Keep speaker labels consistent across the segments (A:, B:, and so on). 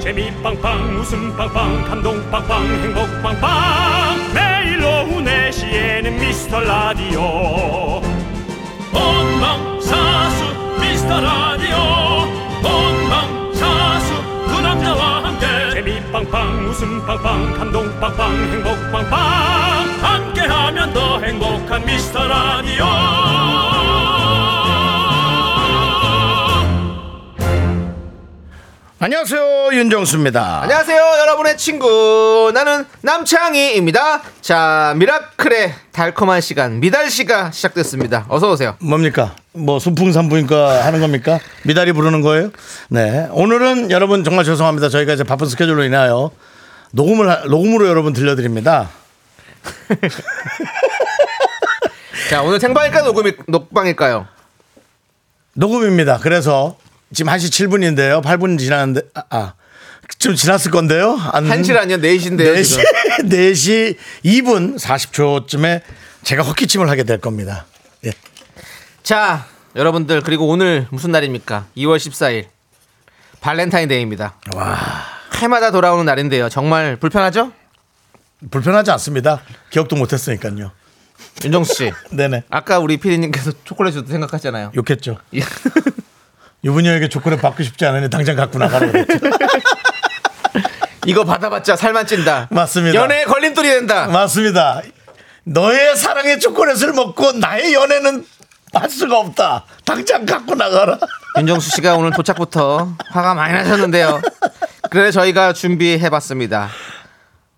A: 재미 빵빵 웃음 빵빵 감동 빵빵 행복 빵빵 매일 오후 네시에는 미스터 라디오 본방사수 미스터 라디오 본방사수 두 남자와 함께 재미 빵빵 웃음 빵빵 감동 빵빵 행복 빵빵 함께하면 더 행복한 미스터 라디오
B: 안녕하세요 윤정수입니다.
C: 안녕하세요, 여러분의 친구. 나는 남창희입니다. 자, 미라클의 달콤한 시간, 미달씨가 시작됐습니다. 어서오세요.
B: 뭡니까? 뭐 순풍산부인과 하는 겁니까? 미달이 부르는 거예요? 네. 오늘은 여러분 정말 죄송합니다. 저희가 이제 바쁜 스케줄로 인하여 녹음을 하- 녹음으로 여러분 들려드립니다.
C: 자, 오늘 생방일까요, 녹음이, 녹방일까요?
B: 녹음입니다. 그래서 지금 1시 7분인데요. 8분 지났는데 아, 아. 좀 지났을 건데요. 안,
C: 한시 아니요, 4시인데요.
B: 음. 4시, 4시 2분 40초쯤에 제가 헛기침을 하게 될 겁니다. 예.
C: 자, 여러분들, 그리고 오늘 무슨 날입니까? 2월 14일. 발렌타인데이입니다. 해마다 돌아오는 날인데요. 정말 불편하죠?
B: 불편하지 않습니다. 기억도 못 했으니까요.
C: 윤정수씨.
B: 네네.
C: 아까 우리 피디님께서 초콜릿 줬다 생각하잖아요.
B: 욕했죠. 유부녀에게 조건을 받고 싶지 않으니 당장 갖고 나가라고 그랬죠.
C: 이거 받아봤자 살만 찐다.
B: 맞습니다.
C: 연애에 걸림돌이 된다.
B: 맞습니다. 너의 사랑의 초콜릿을 먹고 나의 연애는 할 수가 없다. 당장 갖고 나가라.
C: 윤정수 씨가 오늘 도착부터 화가 많이 나셨는데요. 그래서 저희가 준비해봤습니다.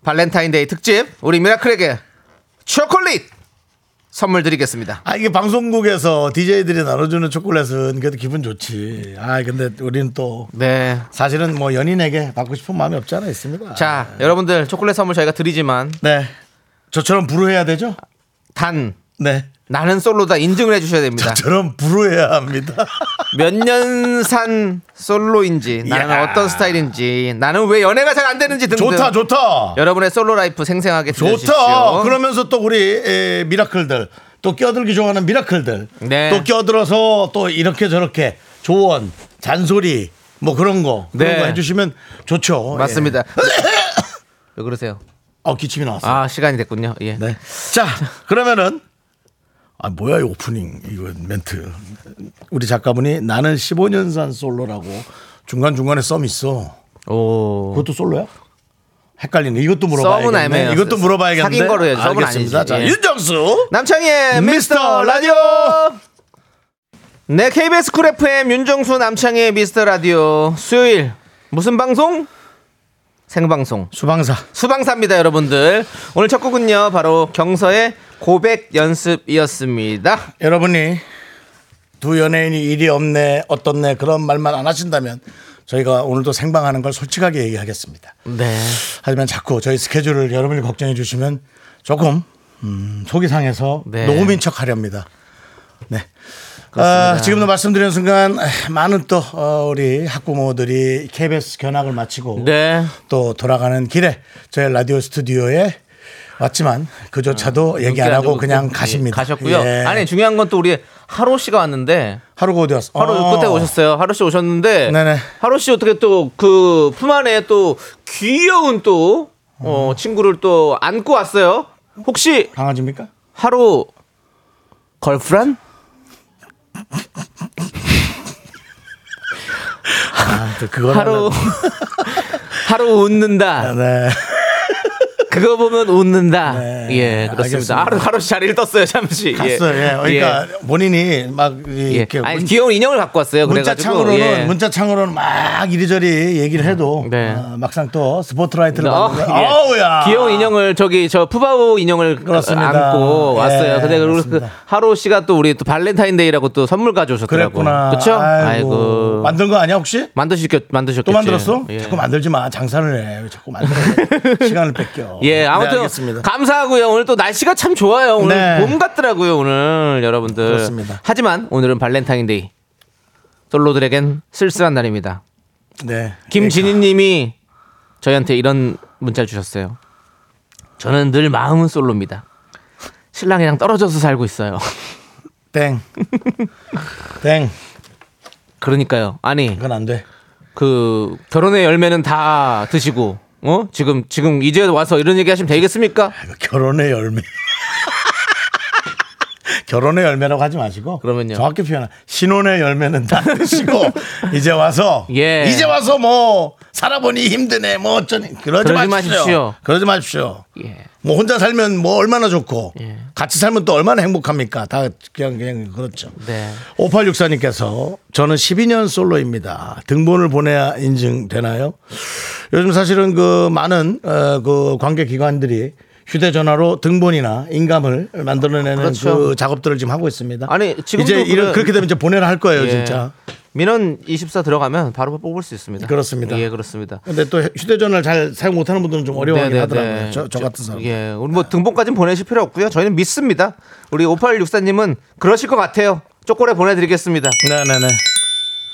C: 발렌타인데이 특집 우리 미라클에게 초콜릿 선물 드리겠습니다.
B: 아 이게 방송국에서 DJ들이 나눠주는 초콜릿은 그래도 기분 좋지. 아 근데 우리는 또
C: 네.
B: 사실은 뭐 연인에게 받고 싶은 마음이 없지 않아 있습니다.
C: 자, 여러분들 초콜릿 선물 저희가 드리지만
B: 네. 저처럼 불우해야 되죠?
C: 단
B: 네.
C: 나는 솔로다 인증을 해주셔야 됩니다.
B: 저처럼 불우해야 합니다.
C: 몇 년 산 솔로인지 나는
B: 이야.
C: 어떤 스타일인지 나는 왜 연애가 잘 안 되는지 등등
B: 좋다 좋다.
C: 여러분의 솔로 라이프 생생하게 들려주십시오.
B: 좋다. 그러면서 또 우리 에, 미라클들 또 끼어들기 좋아하는 미라클들
C: 네.
B: 또 끼어들어서 또 이렇게 저렇게 조언, 잔소리 뭐 그런 거 그런
C: 네.
B: 거 해주시면 좋죠. 예.
C: 맞습니다. 왜 그러세요?
B: 어 기침이 나왔어. 요
C: 아 시간이 됐군요. 예.
B: 네. 자 그러면은 아 뭐야 이 오프닝 이거 멘트 우리 작가분이 나는 15년산 솔로라고 중간 중간에 썸 있어.
C: 오.
B: 그것도 솔로야? 헷갈리네. 이것도
C: 썸은
B: 물어봐야겠네.
C: 애매해요.
B: 이것도 물어봐야겠는데.
C: 사귄 거로 해야지. 썸은
B: 알겠습니다.
C: 아니지.
B: 자,
C: 예.
B: 윤정수.
C: 남창희의 미스터 라디오. 네 KBS 쿨 FM 윤정수 남창희의 미스터 라디오 수요일 무슨 방송? 생방송
B: 수방사.
C: 수방사입니다 여러분들. 오늘 첫 곡은요 바로 경서의 고백 연습이었습니다.
B: 여러분이 두 연예인이 일이 없네 어떻네 그런 말만 안 하신다면 저희가 오늘도 생방하는 걸 솔직하게 얘기하겠습니다.
C: 네.
B: 하지만 자꾸 저희 스케줄을 여러분이 걱정해 주시면 조금 음, 속이 상해서
C: 네.
B: 녹음인 척 하렵니다. 네. 아, 지금도 말씀드리는 순간 아, 많은 또 어, 우리 학부모들이 KBS 견학을 마치고
C: 네.
B: 또 돌아가는 길에 저희 라디오 스튜디오에 왔지만
C: 아,
B: 그조차도 얘기 안 하고 그냥 가십니다.
C: 가셨고요.
B: 예.
C: 아니 중요한 건 또 우리 하로 씨가 왔는데
B: 하루가 어디 왔어?
C: 하루
B: 어.
C: 끝에 오셨어요. 하루 씨 오셨는데
B: 네네.
C: 하루 씨 어떻게 또 그 품 안에 또 귀여운 또 어, 친구를 또 안고 왔어요. 혹시
B: 강아지입니까?
C: 하루 걸프란?
B: 아, 또 그걸
C: 하루 하루 웃는다.
B: 하려고. 네.
C: 그거 보면 웃는다.
B: 네,
C: 예, 그렇습니다.
B: 알겠습니다.
C: 하루 하루 씨 자리를 떴어요, 잠시.
B: 갔어요. 예. 그러니까 본인이 막
C: 예.
B: 이렇게
C: 예. 아니
B: 문-
C: 귀여운 인형을 갖고 왔어요.
B: 문자
C: 그래가지고
B: 창으로는
C: 예.
B: 문자 창으로는 막 이리저리 얘기를 해도
C: 네.
B: 아, 막상 또 스포트라이트를
C: 어,
B: 받는
C: 예.
B: 아우야.
C: 귀여운 인형을 저기 저 푸바오 인형을
B: 그렇습니다.
C: 안고
B: 예,
C: 왔어요. 근데 그리고 그
B: 맞습니다.
C: 하루 씨가 또 우리 또 발렌타인데이라고 또 선물 가져오셨더라고.
B: 그랬구나.
C: 그렇죠?
B: 아이고.
C: 아이고.
B: 만든 거 아니야 혹시?
C: 만드셨겠 만드셨겠지.
B: 또 만들었어?
C: 예.
B: 자꾸 만들지 마. 장사를 해. 왜 자꾸 만들어. 시간을 뺏겨.
C: 예,
B: 네,
C: 아무튼
B: 알겠습니다.
C: 감사하고요. 오늘 또 날씨가 참 좋아요. 오늘
B: 네.
C: 봄 같더라고요, 오늘 여러분들.
B: 그렇습니다.
C: 하지만 오늘은 발렌타인데이. 솔로들에겐 쓸쓸한 날입니다.
B: 네.
C: 김진희 님이 저희한테 이런 문자를 주셨어요. 저는 늘 마음은 솔로입니다. 신랑이랑 떨어져서 살고 있어요.
B: 땡. 땡.
C: 그러니까요. 아니,
B: 그건 안 돼.
C: 그 결혼의 열매는 다 드시고 어 지금 지금 이제 와서 이런 얘기 하시면 되겠습니까?
B: 결혼의 열매. 결혼의 열매라고 하지 마시고
C: 그러면요.
B: 정확히 표현하 신혼의 열매는 다 드시고 이제 와서
C: 예.
B: 이제 와서 뭐 살아보니 힘드네 뭐 어쩌니 그러지,
C: 그러지
B: 마십시오.
C: 마십시오.
B: 그러지 마십시오
C: 예.
B: 뭐 혼자 살면 뭐 얼마나 좋고
C: 예.
B: 같이 살면 또 얼마나 행복합니까 다 그냥 그냥 그렇죠
C: 네.
B: 5864님께서 저는 12년 솔로입니다. 등본을 보내야 인증되나요? 요즘 사실은 그 많은 어, 그 관계 기관들이 휴대전화로 등본이나 인감을 만들어내는 그
C: 그렇죠.
B: 작업들을 지금 하고 있습니다.
C: 아니, 지금도
B: 이제 이런
C: 그래-
B: 그렇게 되면 이제 보내라 할 거예요,
C: 예.
B: 진짜.
C: 민원 24 들어가면 바로 뽑을 수 있습니다.
B: 그렇습니다.
C: 예, 그렇습니다.
B: 근데 또 휴대전화를 잘 사용 못하는 분들은 좀 어려워하긴
C: 네,
B: 하더라고요. 저, 저 같은 사람.
C: 예, 우리 뭐 등본까지는 보내실 필요 없고요. 저희는 믿습니다. 우리 5864님은 그러실 것 같아요. 초콜릿 보내드리겠습니다.
B: 네네네.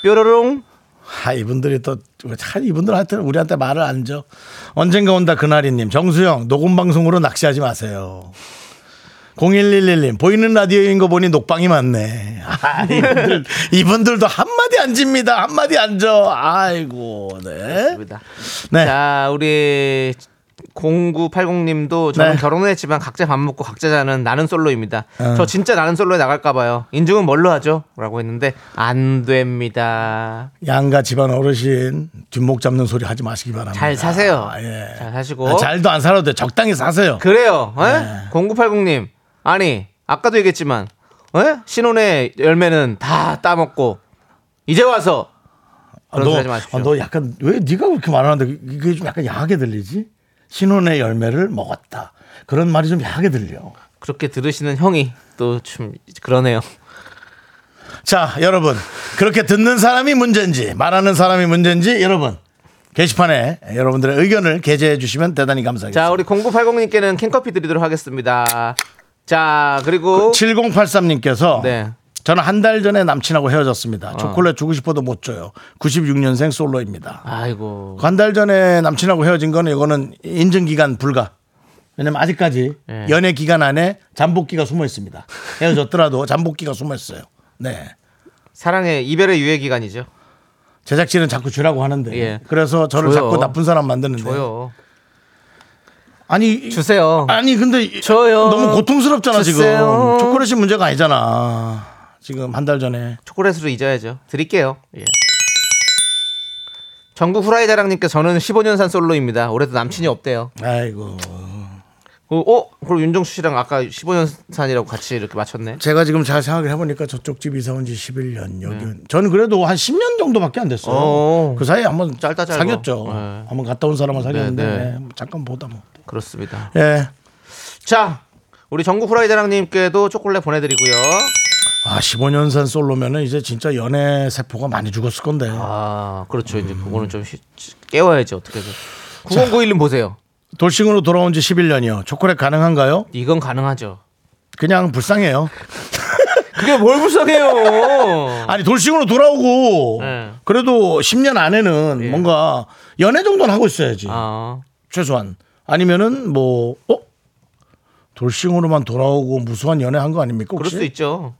C: 뾰로롱.
B: 하 아, 이분들이 또참 이분들한테 우리한테 말을 안 줘. 언젠가 온다 그날이님 정수영 녹음 방송으로 낚시하지 마세요. 0111님 보이는 라디오인 거 보니 녹방이 많네. 아, 이분들, 이분들도 한 마디 안 집니다. 한 마디 안 져. 아이고 네.
C: 입니다.
B: 네.
C: 자, 우리 0980님도 저는
B: 네.
C: 결혼은 했지만 각자 밥 먹고 각자 자는 나는 솔로입니다.
B: 어.
C: 저 진짜 나는 솔로에 나갈까봐요. 인증은 뭘로 하죠? 라고 했는데 안 됩니다.
B: 양가 집안 어르신 뒷목 잡는 소리 하지 마시기 바랍니다.
C: 잘 사세요.
B: 아, 예.
C: 잘 사시고.
B: 잘도 안 살아도 돼. 적당히 사세요.
C: 그래요. 에? 0980님. 아니, 아까도 얘기했지만, 에? 신혼의 열매는 다 따먹고, 이제 와서,
B: 아,
C: 그런
B: 너,
C: 소리 하지 마십시오.
B: 아, 너 약간 왜 네가 그렇게 말하는데 그게 좀 약간 야하게 들리지? 신혼의 열매를 먹었다. 그런 말이 좀 야하게 들려.
C: 그렇게 들으시는 형이 또 좀 그러네요.
B: 자, 여러분. 그렇게 듣는 사람이 문제인지 말하는 사람이 문제인지 여러분. 게시판에 여러분들의 의견을 게재해 주시면 대단히 감사하겠습니다.
C: 자, 우리 0980님께는 캔커피 드리도록 하겠습니다. 자, 그리고.
B: 7083님께서
C: 네.
B: 저는 한 달 전에 남친하고 헤어졌습니다. 초콜릿 주고 싶어도 못 줘요. 96년생 솔로입니다.
C: 아이고.
B: 한 달 전에 남친하고 헤어진 거는 이거는 인증 기간 불가. 왜냐면 아직까지
C: 예.
B: 연애 기간 안에 잠복기가 숨어 있습니다. 헤어졌더라도 잠복기가 숨어 있어요. 네.
C: 사랑의 이별의 유예 기간이죠.
B: 제작진은 자꾸 주라고 하는데
C: 예.
B: 그래서 저를
C: 줘요.
B: 자꾸 나쁜 사람 만드는데
C: 줘요.
B: 아니
C: 주세요.
B: 아니 근데 이-
C: 줘요.
B: 너무 고통스럽잖아
C: 주세요.
B: 지금 초콜릿이 문제가 아니잖아 지금 한 달 전에
C: 초콜릿으로 잊어야죠. 드릴게요. 예. 전국 후라이 자랑님께 저는 15년 산 솔로입니다. 올해도 남친이 없대요.
B: 아이고
C: 어, 어? 그럼 윤정수 씨랑 아까 15년 산이라고 같이 이렇게 맞췄네.
B: 제가 지금 잘 생각을 해보니까 저쪽 집 이사 온 지 11년 여기 온- 저는 그래도 한 10년 정도밖에 안 됐어요.
C: 네. 어.
B: 그 사이에 한번
C: 짧다, 짧아.
B: 사귀었죠.
C: 네.
B: 한번 갔다 온 사람을 사귀었는데
C: 네, 네.
B: 네, 잠깐 보다 뭐.
C: 그렇습니다.
B: 예.
C: 자, 우리 전국 후라이 자랑님께도 초콜릿 보내드리고요.
B: 아 15년산 솔로면은 이제 진짜 연애 세포가 많이 죽었을 건데.
C: 아, 그렇죠. 이제 그거는 좀 쉬- 깨워야지 어떻게든. 9091님 보세요.
B: 돌싱으로 돌아온 지 11년이요. 초콜릿 가능한가요?
C: 이건 가능하죠.
B: 그냥 불쌍해요.
C: 그게 뭘 불쌍해요.
B: 아니 돌싱으로 돌아오고
C: 네. 예.
B: 그래도 10년 안에는 뭔가 연애 정도는 하고 있어야지.
C: 아,
B: 최소한 아니면은 뭐 어? 돌싱으로만 돌아오고 무수한 연애 한 거 아닙니까?
C: 그럴
B: 혹시?
C: 수도 있죠.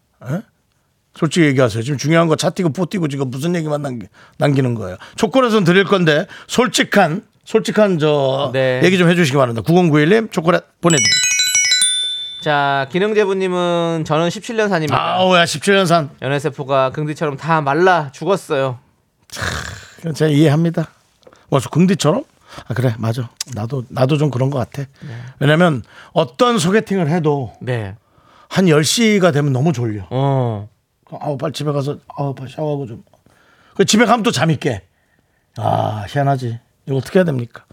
B: 솔직히 얘기하세요. 지금 중요한 거 차 띄고 포 띄고 지금 무슨 얘기만 남기, 남기는 거예요. 초콜릿은 드릴 건데 솔직한 솔직한 저
C: 네.
B: 얘기 좀 해주시기 바랍니다. 9091님 초콜릿 보내드립니다.
C: 자, 기능제부님은 저는 17년 산입니다.
B: 아우야 어. 17년산
C: 연애세포가 긍디처럼 다 말라 죽었어요.
B: 제가 이해합니다. 와서 긍디처럼? 아 그래 맞아. 나도 나도 좀 그런 것 같아. 왜냐면 어떤 소개팅을 해도
C: 네.
B: 한 10시가 되면 너무 졸려.
C: 어.
B: 아우 빨리 집에 가서 아우 빨리 샤워하고 좀. 그 집에 가면 또 잠이 깨. 아 희한하지. 이거 어떻게 해야 됩니까?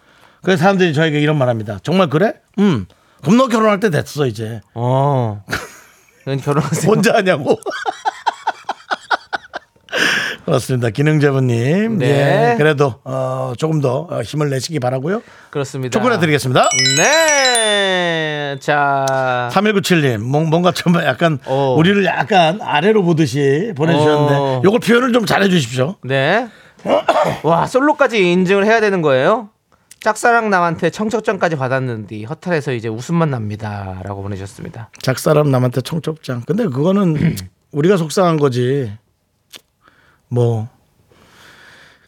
B: 그래서 사람들이 저에게 이런 말합니다. 정말 그래? 음. 그럼 너 결혼할 때 됐어 이제.
C: 어. 넌 결혼하세요.
B: 혼자 하냐고. 그렇습니다. 기능자분님.
C: 네.
B: 예, 그래도 어, 조금 더 어, 힘을 내시기 바라고요.
C: 그렇습니다.
B: 초콜릿 드리겠습니다.
C: 네. 자.
B: 3197님, 뭐, 뭔가 좀 약간
C: 어.
B: 우리를 약간 아래로 보듯이
C: 어.
B: 보내주셨는데, 요걸 표현을 좀 잘해 주십시오.
C: 네. 와, 솔로까지 인증을 해야 되는 거예요? 짝사랑 남한테 청첩장까지 받았는데 허탈해서 이제 웃음만 납니다라고 보내셨습니다.
B: 작사람 남한테 청첩장. 근데 그거는 우리가 속상한 거지. 뭐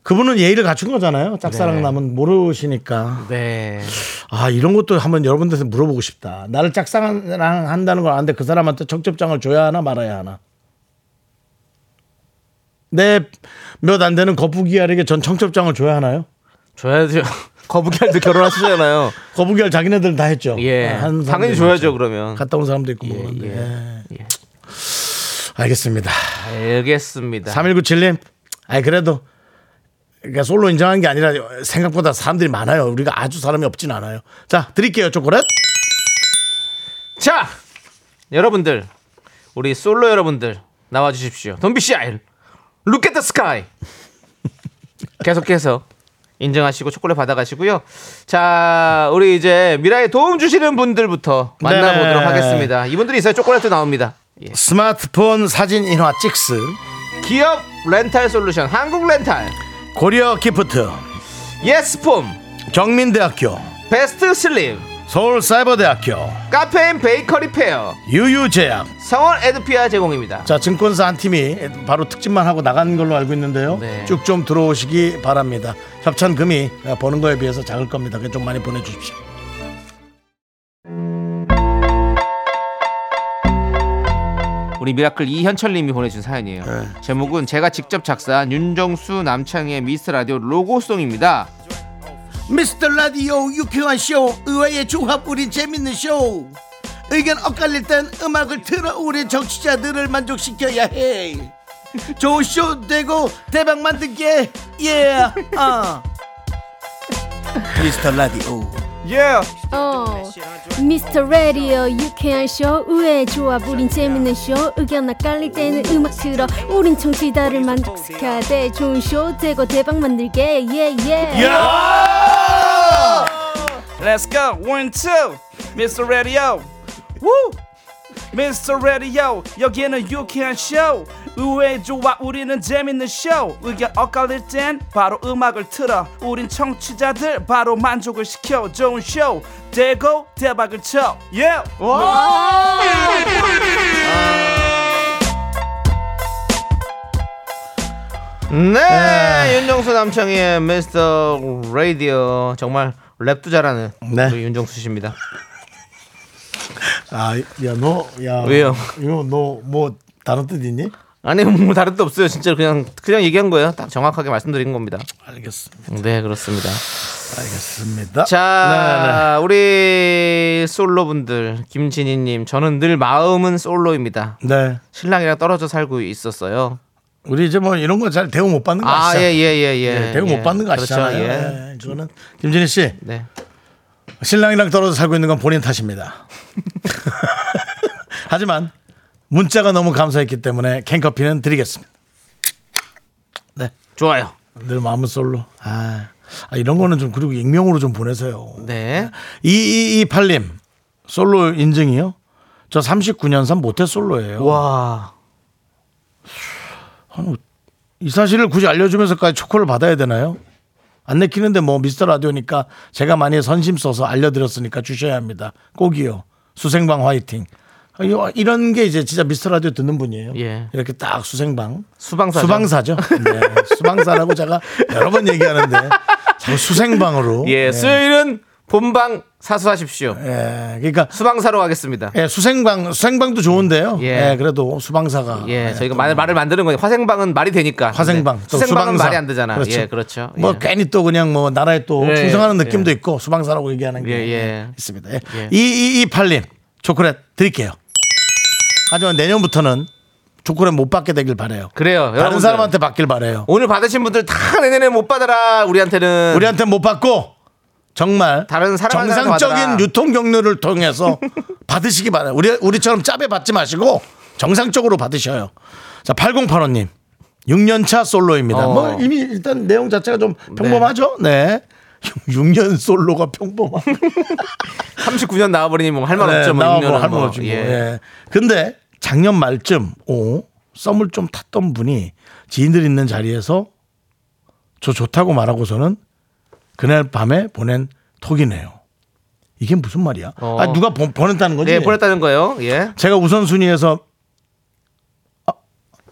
B: 그분은 예의를 갖춘 거잖아요. 짝사랑
C: 네.
B: 남은 모르시니까.
C: 네.
B: 아, 이런 것도 한번 여러분들한테 물어보고 싶다. 나를 짝사랑한다는 걸 아는데 그 사람한테 청첩장을 줘야 하나 말아야 하나. 내 몇 안 되는 거북이알에게 전 청첩장을 줘야 하나요?
C: 줘야죠. 거북이한테 결혼하시잖아요.
B: 거북이알 자기네들은 다 했죠.
C: 예.
B: 아, 한
C: 당연히
B: 사람들이
C: 줘야죠,
B: 했죠.
C: 그러면.
B: 갔다 온 사람도 있고
C: 예,
B: 뭐 그런데.
C: 예,
B: 예.
C: 예.
B: 알겠습니다.
C: 알겠습니다.
B: 3197님, 아니 그래도 그러니까 솔로 인정한 게 아니라 생각보다 사람들이 많아요. 우리가 아주 사람이 없진 않아요. 자, 드릴게요 초콜릿.
C: 자, 여러분들, 우리 솔로 여러분들 나와주십시오. 돈비 씨 아일, Look at the sky. 계속해서 인정하시고 초콜릿 받아가시고요. 자, 우리 이제 미라에 도움 주시는 분들부터 만나보도록
B: 네.
C: 하겠습니다. 이분들이 있어야 초콜릿도 나옵니다. 예.
B: 스마트폰 사진 인화 찍스
C: 기업 렌탈 솔루션 한국 렌탈
B: 고려 기프트
C: 예스폼
B: 경민대학교
C: 베스트 슬립
B: 서울사이버대학교
C: 카페인 베이커리 페어
B: 유유제약
C: 성원 에드피아 제공입니다.
B: 자 증권사 한 팀이 바로 특집만 하고 나간 걸로 알고 있는데요
C: 네.
B: 쭉 좀 들어오시기 바랍니다 협찬금이 버는 거에 비해서 작을 겁니다 그좀 많이 보내주십시오
C: 우리 미라클 이현철님이 보내준 사연이에요. 제목은 제가 직접 작사한 윤정수 남창희의 미스 라디오 로고송입니다.
B: 미스터 라디오 유쾌한 쇼 의외의 조합 우린 재밌는 쇼 의견 엇갈릴 땐 음악을 틀어 우리 정치자들을 만족시켜야 해 좋은 쇼 되고 대박 만들게 예 아. 미스터 라디오
C: 예.
D: 어, 미스터 라디오 유쾌한 쇼 의외의 조합 우린 재밌는 쇼 의견 엇갈릴 때는 음악 틀어 우린 청취자를 만족시켜야 돼 좋은 쇼 되고 대박 만들게 예예
E: Let's go. One, two. Mr. Radio. Woo! Mr. Radio. 여기는 유쾌한 쇼. 의외의 조와 우리는 재밌는 쇼. 의견 엇갈릴 땐 바로 음악을 틀어. 우린 청취자들 바로 만족을 시켜. 좋은 쇼. 대고 대박을 쳐. Yeah!
C: 네, 윤정수 남창희의 미스터 라디오 정말 랩도 잘하는
B: 네.
C: 우리 윤정수 씨입니다.
B: 아, 아야너야
C: 왜요?
B: 이거 너 뭐 다른 뜻 있니?
C: 아니 뭐 다른 데 없어요. 진짜 그냥 그냥 얘기한 거예요. 딱 정확하게 말씀드린 겁니다.
B: 알겠습니다
C: 네, 그렇습니다.
B: 알겠습니다
C: 자, 우리 솔로분들 김진희님, 저는 늘 마음은 솔로입니다.
B: 네, 네. 네.
C: 신랑이랑 떨어져 살고 있었어요.
B: 우리 이제 뭐 이런 거 잘 대우 못 받는 거
C: 아,
B: 아시죠?
C: 예, 예, 예, 예.
B: 예, 대우
C: 예.
B: 못 받는 거
C: 그렇죠,
B: 아시잖아요.
C: 예.
B: 예, 저는 김진희 씨
C: 네.
B: 신랑이랑 떨어져 살고 있는 건 본인 탓입니다. 하지만 문자가 너무 감사했기 때문에 캔커피는 드리겠습니다. 네.
C: 좋아요.
B: 늘 마음은 솔로. 아, 아, 이런 거는 좀 그리고 익명으로 좀 보내세요.
C: 네.
B: 2228님 솔로 인증이요? 저 39년산 모태 솔로예요.
C: 와.
B: 아니, 이 사실을 굳이 알려주면서까지 초콜을 받아야 되나요? 안 내키는데 뭐 미스터 라디오니까 제가 많이 선심 써서 알려드렸으니까 주셔야 합니다. 꼭이요. 수생방 화이팅. 아, 이거- 이런 게 이제 진짜 미스터 라디오 듣는 분이에요.
C: 예.
B: 이렇게 딱 수생방.
C: 수방사.
B: 수방사죠. 네. 수방사라고 제가 여러 번 얘기하는데 자꾸 수생방으로.
C: 예,
B: 예.
C: 수요일은 본방 사수하십시오.
B: 예. 그러니까
C: 수방사로 가겠습니다.
B: 예, 수생방, 수생방도 좋은데요.
C: 예.
B: 예. 그래도 수방사가.
C: 예, 저희가 말, 말을 만드는 거예요. 화생방은 말이 되니까.
B: 네, 뭐. 화생방,
C: 네.
B: 또
C: 수생방은
B: 수방사.
C: 말이 안 되잖아.
B: 그렇죠.
C: 예, 그렇죠.
B: 뭐
C: 예.
B: 괜히 또 그냥 뭐 나라에 또
C: 예,
B: 충성하는
C: 예.
B: 느낌도 있고 수방사라고 얘기하는 게
C: 예, 예.
B: 있습니다. 예.
C: 예.
B: 2228님 초콜릿 드릴게요. 하지만 내년부터는 초콜릿 못 받게 되길 바래요.
C: 그래요.
B: 다른
C: 여러분들.
B: 사람한테 받길 바래요.
C: 오늘 받으신 분들 다 내년에 못 받아라. 우리한테는
B: 우리한테 못 받고 정말
C: 다른 사람한테 받아라.
B: 정상적인 유통 경로를 통해서 받으시기 바래요. 우리 우리처럼 짭에 받지 마시고 정상적으로 받으셔요. 자, 8085님. 6년차 솔로입니다.
C: 어.
B: 뭐 이미 일단 내용 자체가 좀 평범하죠? 네. 6년 솔로가 평범한.
C: 39년 나와버리니 뭐 할 말
B: 네,
C: 없죠. 뭐
B: 나와 뭐
C: 육년은
B: 할말
C: 뭐.
B: 없지 뭐.
C: 예.
B: 예. 근데 작년 말쯤 오 썸을 좀 탔던 분이 지인들 있는 자리에서 저 좋다고 말하고서는 그날 밤에 보낸 톡이네요. 이게 무슨 말이야?
C: 어.
B: 아 누가 보, 보냈다는 거지?
C: 예. 네, 보냈다는 거예요. 예.
B: 제가 우선순위에서 아,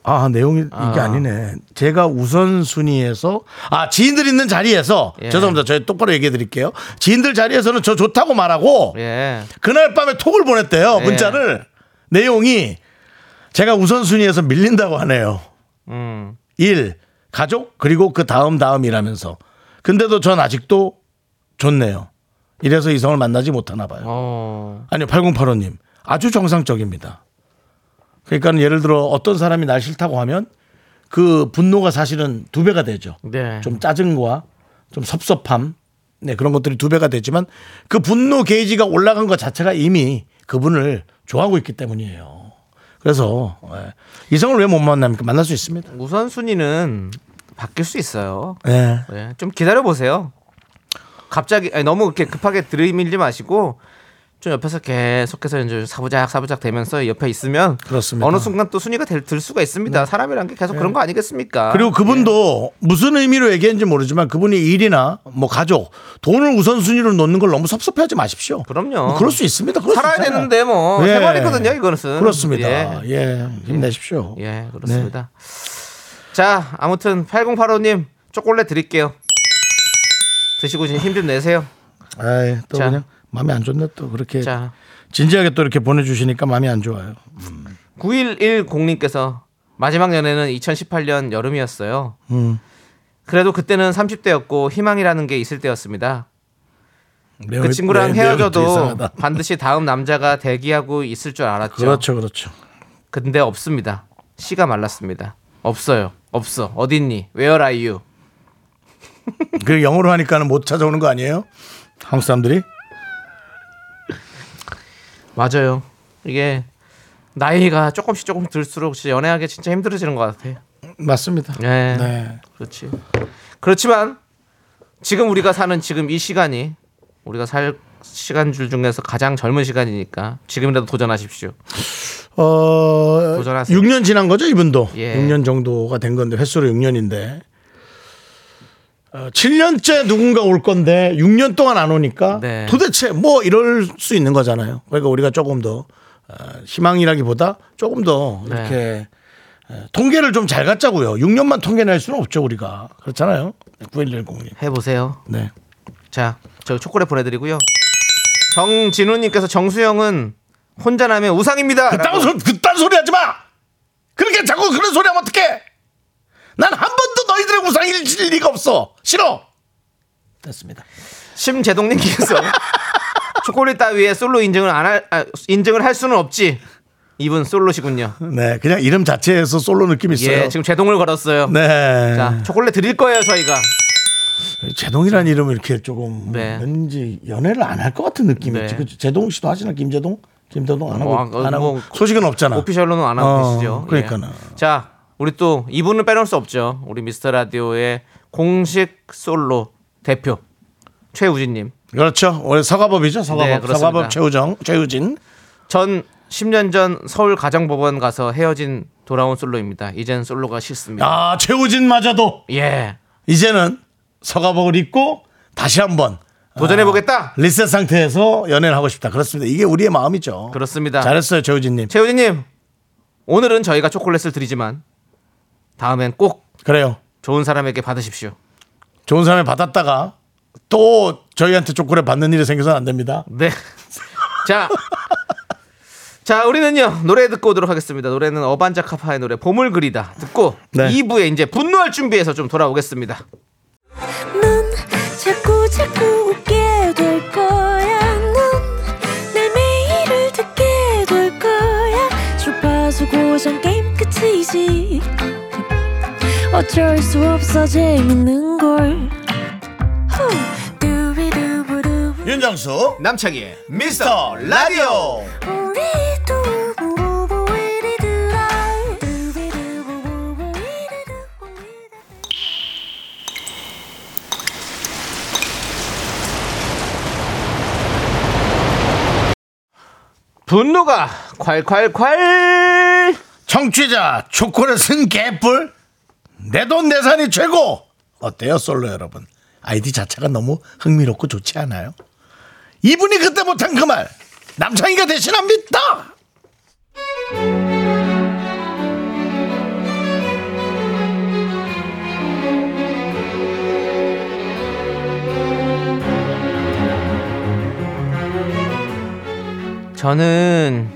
B: 아 내용이 이게 아니네. 제가 우선순위에서 아 지인들 있는 자리에서
C: 예.
B: 죄송합니다. 저희 똑바로 얘기해 드릴게요. 지인들 자리에서는 저 좋다고 말하고
C: 예.
B: 그날 밤에 톡을 보냈대요.
C: 예.
B: 문자를 내용이 제가 우선순위에서 밀린다고 하네요.
C: 음.
B: 1. 가족 그리고 그 다음 다음이라면서. 근데도 전 아직도 좋네요. 이래서 이성을 만나지 못하나 봐요.
C: 어.
B: 아니요, 8085님. 아주 정상적입니다. 그러니까 예를 들어 어떤 사람이 날 싫다고 하면 그 분노가 사실은 두 배가 되죠.
C: 네.
B: 좀 짜증과 좀 섭섭함. 네, 그런 것들이 두 배가 되지만 그 분노 게이지가 올라간 것 자체가 이미 그분을 좋아하고 있기 때문이에요. 그래서 예, 이성을 왜 못 만납니까? 만날 수 있습니다.
C: 우선 순위는 바뀔 수 있어요.
B: 예.
C: 예, 좀 기다려 보세요. 갑자기 아니, 너무 이렇게 급하게 들이밀지 마시고 좀 옆에서 계속해서 이제 사부작 사부작 되면서 옆에 있으면
B: 그렇습니다. 네.
C: 어느 순간 또 순위가 될, 들 수가 있습니다. 사람이란 게 계속 그런 거 아니겠습니까? 예.
B: 그리고 그분도 무슨 의미로 얘기했는지 모르지만 그분이 일이나 뭐 가족, 돈을 우선순위로 놓는 걸 너무 섭섭해하지 마십시오.
C: 그럼요.
B: 뭐 그럴 수 있습니다. 그럴 수
C: 예. 살아야
B: 있잖아요.
C: 되는데 뭐
B: 예.
C: 해버리거든요 이거는
B: 그렇습니다.
C: 예,
B: 예, 힘내십시오.
C: 예, 그렇습니다. 자 아무튼 8085님 초콜릿 드릴게요. 드시고 이제 힘좀 내세요.
B: 아이, 또
C: 자.
B: 그냥 마음이 안 좋네 또 그렇게
C: 자
B: 진지하게 또 이렇게 보내주시니까 마음이 안 좋아요.
C: 9110님께서 마지막 연애는 2018년 여름이었어요.
B: 음.
C: 그래도 그때는 30대였고 희망이라는 게 있을 때였습니다.
B: 내
C: 그
B: 얼-
C: 친구랑
B: 내- 내 얼굴도
C: 헤어져도
B: 네, 이상하다.
C: 반드시 다음 남자가 대기하고 있을 줄 알았죠.
B: 그렇죠, 그렇죠.
C: 근데 없습니다. 씨가 말랐습니다. 없어요. 없어. 어딨니? Where are you?
B: 그 영어로 하니까는 못 찾아오는 거 아니에요? 한국 사람들이
C: 맞아요. 이게 나이가 조금씩 조금씩 들수록 진짜 연애하기 진짜 힘들어지는 것 같아요.
B: 맞습니다.
C: 네.
B: 네.
C: 그렇지. 그렇지만 지금 우리가 사는 지금 이 시간이 우리가 살 시간 줄 중에서 가장 젊은 시간이니까 지금이라도 도전하십시오.
B: 어,
C: 도전하세요.
B: 6년 지난 거죠, 이분도.
C: 예.
B: 6년 정도가 된 건데 횟수로 6년인데. 어, 7년째 누군가 올 건데 6년 동안 안 오니까
C: 네.
B: 도대체 뭐 이럴 수 있는 거잖아요. 그러니까 우리가 조금 더 어, 희망이라기보다 조금 더
C: 네.
B: 이렇게 어, 통계를 좀 잘 갖자고요. 6년만 통계낼 수는 없죠, 우리가. 그렇잖아요. 9110님.
C: 해보세요.
B: 네.
C: 자, 저 초콜릿 보내드리고요. 정진우님께서 정수영은 혼자라면 우상입니다.
B: 그딴
C: 라고.
B: 소리, 그딴 소리 하지 마! 그렇게 자꾸 그런 소리 하면 어떡해! 난 한 번도 너희들의 우상일 리가 없어! 싫어! 됐습니다.
C: 심재동님께서 초콜릿 따위에 솔로 인증을 안 할 아, 인증을 할 수는 없지. 이분 솔로시군요.
B: 네, 그냥 이름 자체에서 솔로 느낌 있어요.
C: 예, 지금 제동을 걸었어요.
B: 네.
C: 자, 초콜릿 드릴 거예요 저희가.
B: 제동이라는 이름은 이렇게 조금
C: 네.
B: 왠지 연애를 안 할 것 같은 느낌이
C: 네.
B: 있지. 그죠? 제동 씨도 하시나? 김제동? 김제동 안 하고,
C: 뭐, 아,
B: 안 하고
C: 뭐,
B: 소식은 없잖아.
C: 오피셜로는 안 하고
B: 어,
C: 계시죠. 예.
B: 그러니까는.
C: 자, 우리 또 이분은 빼놓을 수 없죠. 우리 미스터 라디오의 공식 솔로 대표 최우진님.
B: 그렇죠. 원래 서가법이죠.
C: 네,
B: 서가법.
C: 그렇습니다.
B: 서가법 최우정, 최우진.
C: 전 10년 전 서울 가정법원 가서 헤어진 돌아온 솔로입니다. 이젠 솔로가 싫습니다.
B: 아, 최우진마저도
C: 예,
B: 이제는 서가복을 입고 다시 한번 아.
C: 도전해 보겠다.
B: 리셋 상태에서 연애를 하고 싶다. 그렇습니다. 이게 우리의 마음이죠.
C: 그렇습니다.
B: 잘했어요, 조우진님.
C: 최우진님, 오늘은 저희가 초콜릿을 드리지만 다음엔 꼭
B: 그래요.
C: 좋은 사람에게 받으십시오.
B: 좋은 사람을 받았다가 또 저희한테 초콜릿 받는 일이 생겨서는 안 됩니다.
C: 네. 자. 자, 우리는요. 노래 듣고 오도록 하겠습니다. 노래는 어반자카파의 노래 보물 그리다 듣고
B: 네.
C: 2부에 이제 분노할 준비해서 좀 돌아오겠습니다.
F: 넌 자꾸 자꾸 웃게 될 거야. 넌내 매일을 듣게 될 거야. 주파수 고정 게임 끝이지. 어쩔 수 없어 재밌는 걸. 후. 두비두부두.
B: 윤정수
C: 남창희의
B: 미스터 라디오
F: 우리 두부부부 우리들아. 두비두부부부 우리들아. 우리들아.
C: 분노가 콸콸콸!
B: 청취자 초콜릿은 개뿔 내 돈 내산이 최고 어때요 솔로 여러분 아이디 자체가 너무 흥미롭고 좋지 않아요 이분이 그때 못한 그 말 남창희가 대신합니다
C: 저는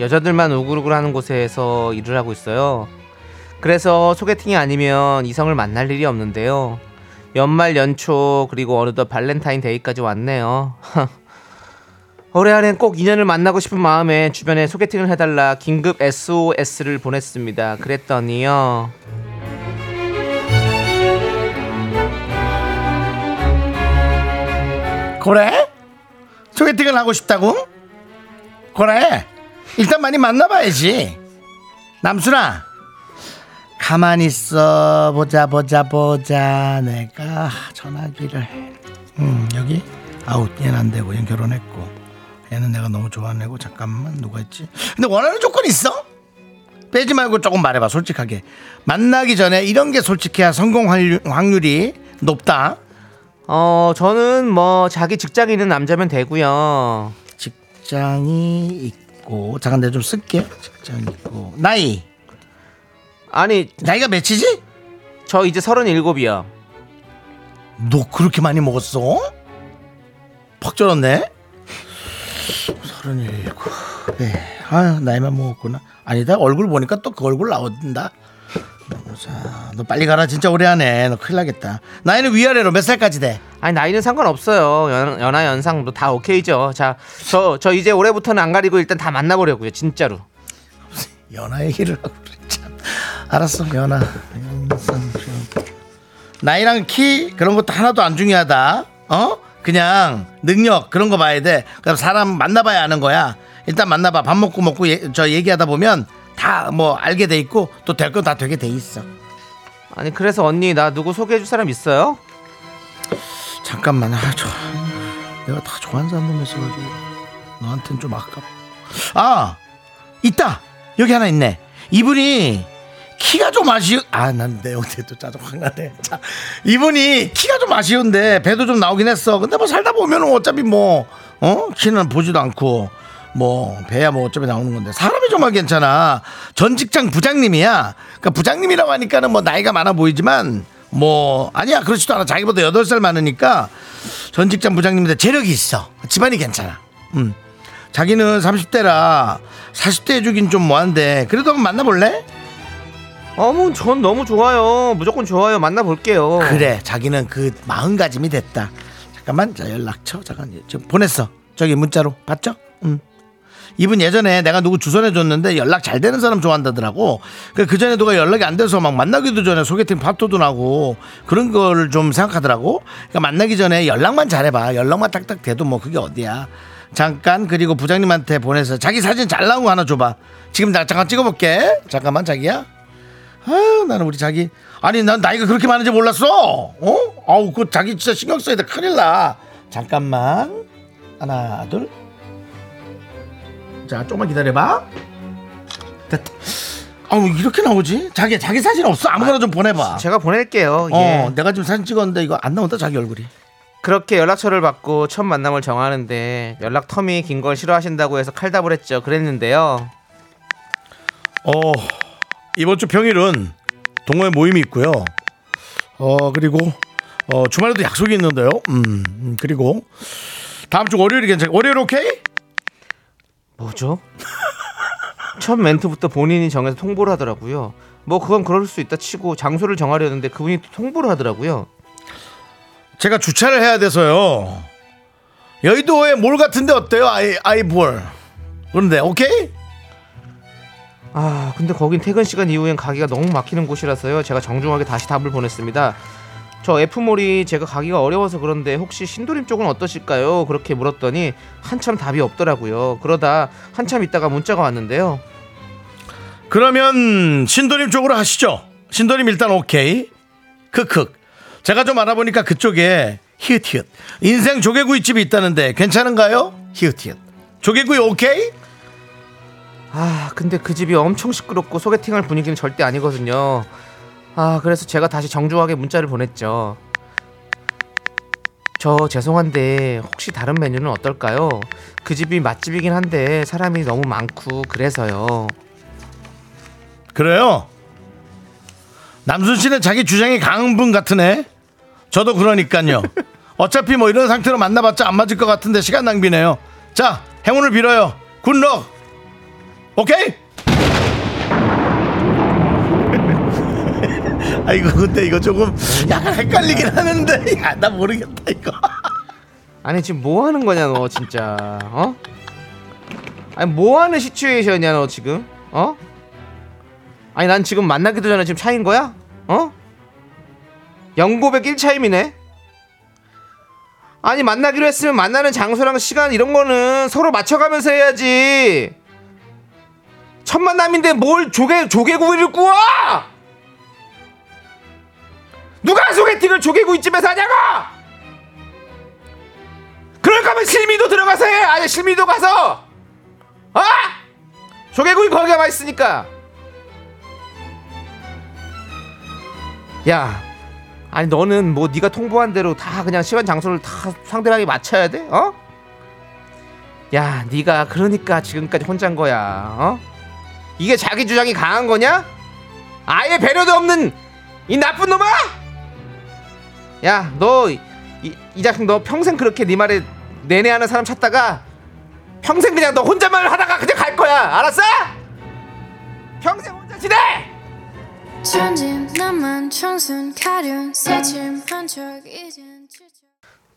C: 여자들만 우글우글 하는 곳에서 일을 하고 있어요. 그래서 소개팅이 아니면 이성을 만날 일이 없는데요. 연말 연초 그리고 어느덧 발렌타인 데이까지 왔네요. 올해 안엔 꼭 인연을 만나고 싶은 마음에 주변에 소개팅을 해달라 긴급 SOS를 보냈습니다. 그랬더니요.
B: 그래? 소개팅을 하고 싶다고? 그래. 일단 많이 만나봐야지. 남순아. 가만히 있어. 보자, 보자, 보자. 내가 전화기를. 음, 여기? 아웃. 얘는 안 되고, 얘는 결혼했고. 얘는 내가 너무 좋아하는 애고, 잠깐만. 누가 있지? 근데 원하는 조건 있어? 빼지 말고 조금 말해봐 솔직하게 만나기 전에 이런 게 솔직해야 성공 확률- 확률이 높다
C: 어, 저는 뭐 자기 직장 있는 남자면 되고요.
B: 직장이 있고 잠깐 내가 좀 쓸게 직장 있고 나이
C: 아니,
B: 나이가 몇이지?
C: 저 이제 37이요.
B: 너 그렇게 많이 먹었어? 퍽 절었네 서른일곱 네. 아유 나이만 먹었구나 아니다 얼굴 보니까 또 그 얼굴 나온다 보자 너 빨리 가라 진짜 오래 하네 너 큰일 나겠다 나이는 위아래로 몇 살까지 돼?
C: 아니, 나이는 상관없어요. 연, 연하, 연상도 뭐 다 오케이죠. 자, 저, 저 이제 올해부터는 안 가리고 일단 다 만나보려고요. 진짜로.
B: 연하 얘기를 하고 그래 참 알았어 연하 영상 좀. 나이랑 키 그런 것도 하나도 안 중요하다 어 그냥 능력 그런 거 봐야 돼 그럼 사람 만나봐야 아는 거야 일단 만나봐 밥 먹고 먹고 예- 저 얘기하다 보면 다 뭐 알게 돼 있고 또 될 건 다 되게 돼 있어
C: 아니, 그래서 언니, 나 누구 소개해줄 사람 있어요?
B: 잠깐만 아, 저, 내가 다 좋아하는 사람 보면서 가지고 너한텐 좀 아깝 아 있다 여기 하나 있네 이분이 키가 좀 아쉬 아난 내용대 또 짜증 확 나네 자 이분이 키가 좀 아쉬운데 배도 좀 나오긴 했어 근데 뭐 살다 보면은 어차피 뭐어 키는 보지도 않고 뭐 배야 뭐 어차피 나오는 건데 사람이 정말 괜찮아 전 직장 부장님이야 그러니까 부장님이라고 하니까는 뭐 나이가 많아 보이지만 뭐 아니야 그렇지도 않아 자기보다 여덟 살 많으니까 전 직장 부장님인데 재력이 있어 집안이 괜찮아 음 자기는 30대라 40대 해주긴 좀 뭐한데 그래도 한번 만나볼래?
C: 어머, 전 너무 좋아요. 무조건 좋아요. 만나볼게요.
B: 그래 자기는 그 마음가짐이 됐다 잠깐만 자 연락처 잠깐 지금 보냈어 저기 문자로 봤죠? 음. 이분 예전에 내가 누구 주선해 줬는데 연락 잘 되는 사람 좋아한다더라고 그 전에 누가 연락이 안 돼서 막 만나기도 전에 소개팅 파토도 나고 그런 거를 좀 생각하더라고 그러니까 만나기 전에 연락만 잘해봐 연락만 딱딱 돼도 뭐 그게 어디야 잠깐 그리고 부장님한테 보내서 자기 사진 잘 나온 거 하나 줘봐 지금 나 잠깐 찍어볼게 잠깐만 자기야 아유 나는 우리 자기 아니 난 나이가 그렇게 많은지 몰랐어 어 아우 그 자기 진짜 신경 써야 돼 큰일 나 잠깐만 하나 둘자 조금만 기다려봐 됐다 아우 이렇게 나오지 자기 자기 사진 없어 아무거나 좀 보내봐
C: 제가 보낼게요.
B: 어
C: 예.
B: 내가 지금 사진 찍었는데 이거 안 나온다 자기 얼굴이
C: 그렇게 연락처를 받고 첫 만남을 정하는데 연락 텀이 긴 걸 싫어하신다고 해서 칼답을 했죠. 그랬는데요.
B: 어 이번 주 평일은 동호회 모임이 있고요. 어 그리고 어 주말에도 약속이 있는데요. 음, 음 그리고 다음 주 월요일이 괜찮. 월요일 오케이?
C: 뭐죠? 첫 멘트부터 본인이 정해서 통보를 하더라고요. 뭐 그건 그럴 수 있다 치고 장소를 정하려는데 그분이 또 통보를 하더라고요.
B: 제가 주차를 해야 돼서요. 여의도에 몰 같은데 어때요? 아이 아이볼. 그런데 오케이?
C: 아 근데 거긴 퇴근 시간 이후엔 가게가 너무 막히는 곳이라서요. 제가 정중하게 다시 답을 보냈습니다. 저 F몰이 제가 가기가 어려워서 그런데 혹시 신도림 쪽은 어떠실까요? 그렇게 물었더니 한참 답이 없더라고요. 그러다 한참 있다가 문자가 왔는데요.
B: 그러면 신도림 쪽으로 하시죠. 신도림 일단 오케이. 크크. 제가 좀 알아보니까 그쪽에 히읗히읗 인생 조개구이집이 있다는데 괜찮은가요? 히읗히읗 조개구이 오케이?
C: 아 근데 그 집이 엄청 시끄럽고 소개팅할 분위기는 절대 아니거든요 아 그래서 제가 다시 정중하게 문자를 보냈죠 저 죄송한데 혹시 다른 메뉴는 어떨까요? 그 집이 맛집이긴 한데 사람이 너무 많고 그래서요
B: 그래요. 남순 씨는 자기 주장이 강한 분 같으네. 저도 그러니까요. 어차피 뭐 이런 상태로 만나봤자 안 맞을 것 같은데 시간 낭비네요. 자, 행운을 빌어요. 굿럭 오케이 아이고 근데 이거 조금 약간 헷갈리긴 하는데 야 나 모르겠다 이거
C: 아니 지금 뭐 하는 거냐 너 진짜 어? 아니 뭐 하는 시츄에이션이야 너 지금 어? 아니 난 지금 만나기도 전에 지금 차인 거야? 어? 영고백 1차임이네 아니 만나기로 했으면 만나는 장소랑 시간 이런 거는 서로 맞춰가면서 해야지 첫 만남인데 뭘 조개 조개구이를 구워 누가 소개팅을 조개구이집에서 하냐고 그럴 거면 실미도 들어가서 해. 아니 실미도 가서. 아! 조개구이 거기가 맛있으니까. 야, 아니 너는 뭐 네가 통보한 대로 다 그냥 시간 장소를 다 상대방이 맞춰야 돼? 어? 야, 네가 그러니까 지금까지 혼자인 거야. 어? 이게 자기 주장이 강한 거냐? 아예 배려도 없는 이 나쁜 놈아! 야, 너 이, 이 자식 너 평생 그렇게 네 말에 내내 하는 사람 찾다가 평생 그냥 너 혼자만 하다가 그냥 갈 거야. 알았어? 평생 혼자 지내.
F: 천진 남만 청순 가련 새침 한척 이젠 지쳐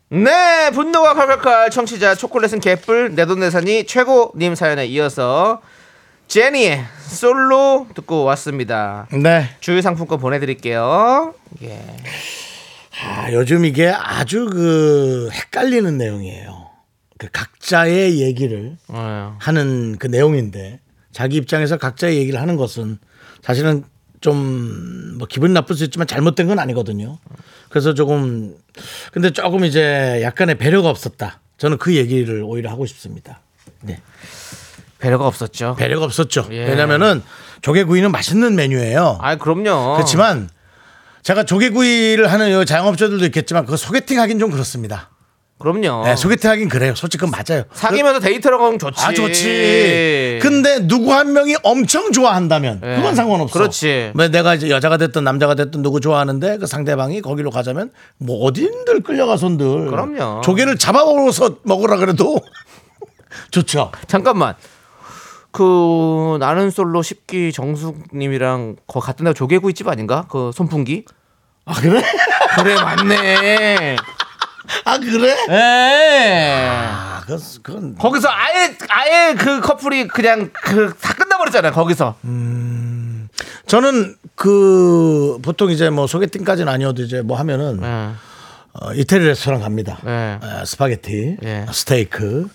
C: 네, 분노가 칼칼칼 청취자 초콜릿은 개뿔 내돈내산이 최고님 사연에 이어서 제니의 솔로 듣고 왔습니다.
B: 네
C: 주유 상품권 보내드릴게요. 예.
B: 아, 요즘 이게 아주 그 헷갈리는 내용이에요. 그 각자의 얘기를
C: 어,
B: 하는 그 내용인데 자기 입장에서 각자의 얘기를 하는 것은 사실은 좀 뭐 기분 나쁠 수 있지만 잘못된 건 아니거든요. 그래서 조금 근데 조금 이제 약간의 배려가 없었다. 저는 그 얘기를 오히려 하고 싶습니다. 네.
C: 배려가 없었죠.
B: 배려가 없었죠.
C: 예.
B: 왜냐면은 조개구이는 맛있는 메뉴예요.
C: 아,
B: 어.
C: 그럼요.
B: 그렇지만 제가 조개구이를 하는 요 자영업자들도 있겠지만 그거 소개팅 하긴 좀 그렇습니다.
C: 그럼요.
B: 네, 소개팅 하긴 그래요. 솔직히 그건 맞아요.
C: 사귀면서 데이트로 가면 좋지.
B: 아 좋지. 근데 누구 한 명이 엄청 좋아한다면
C: 예.
B: 그건 상관없어.
C: 그렇지.
B: 뭐 내가 이제 여자가 됐든 남자가 됐든 누구 좋아하는데 그 상대방이 거기로 가자면 뭐 어딘들 끌려가선들.
C: 그럼요.
B: 조개를 잡아먹어서 먹으라 그래도 좋죠.
C: 잠깐만. 그 나는 솔로 10기 정숙님이랑 거 같은 날 조개구이집 아닌가? 그 손풍기?
B: 아 그래?
C: 그래 맞네.
B: 아 그래?
C: 에.
B: 아 그건, 그건
C: 예. 거기서 아예 아예 그 커플이 그냥 그 다 끝나버렸잖아요. 거기서
B: 저는 그 보통 이제 뭐 소개팅까지는 아니어도 이제 뭐 하면은
C: 예.
B: 어, 이태리 레스토랑 갑니다.
C: 예.
B: 에, 스파게티,
C: 예.
B: 스테이크,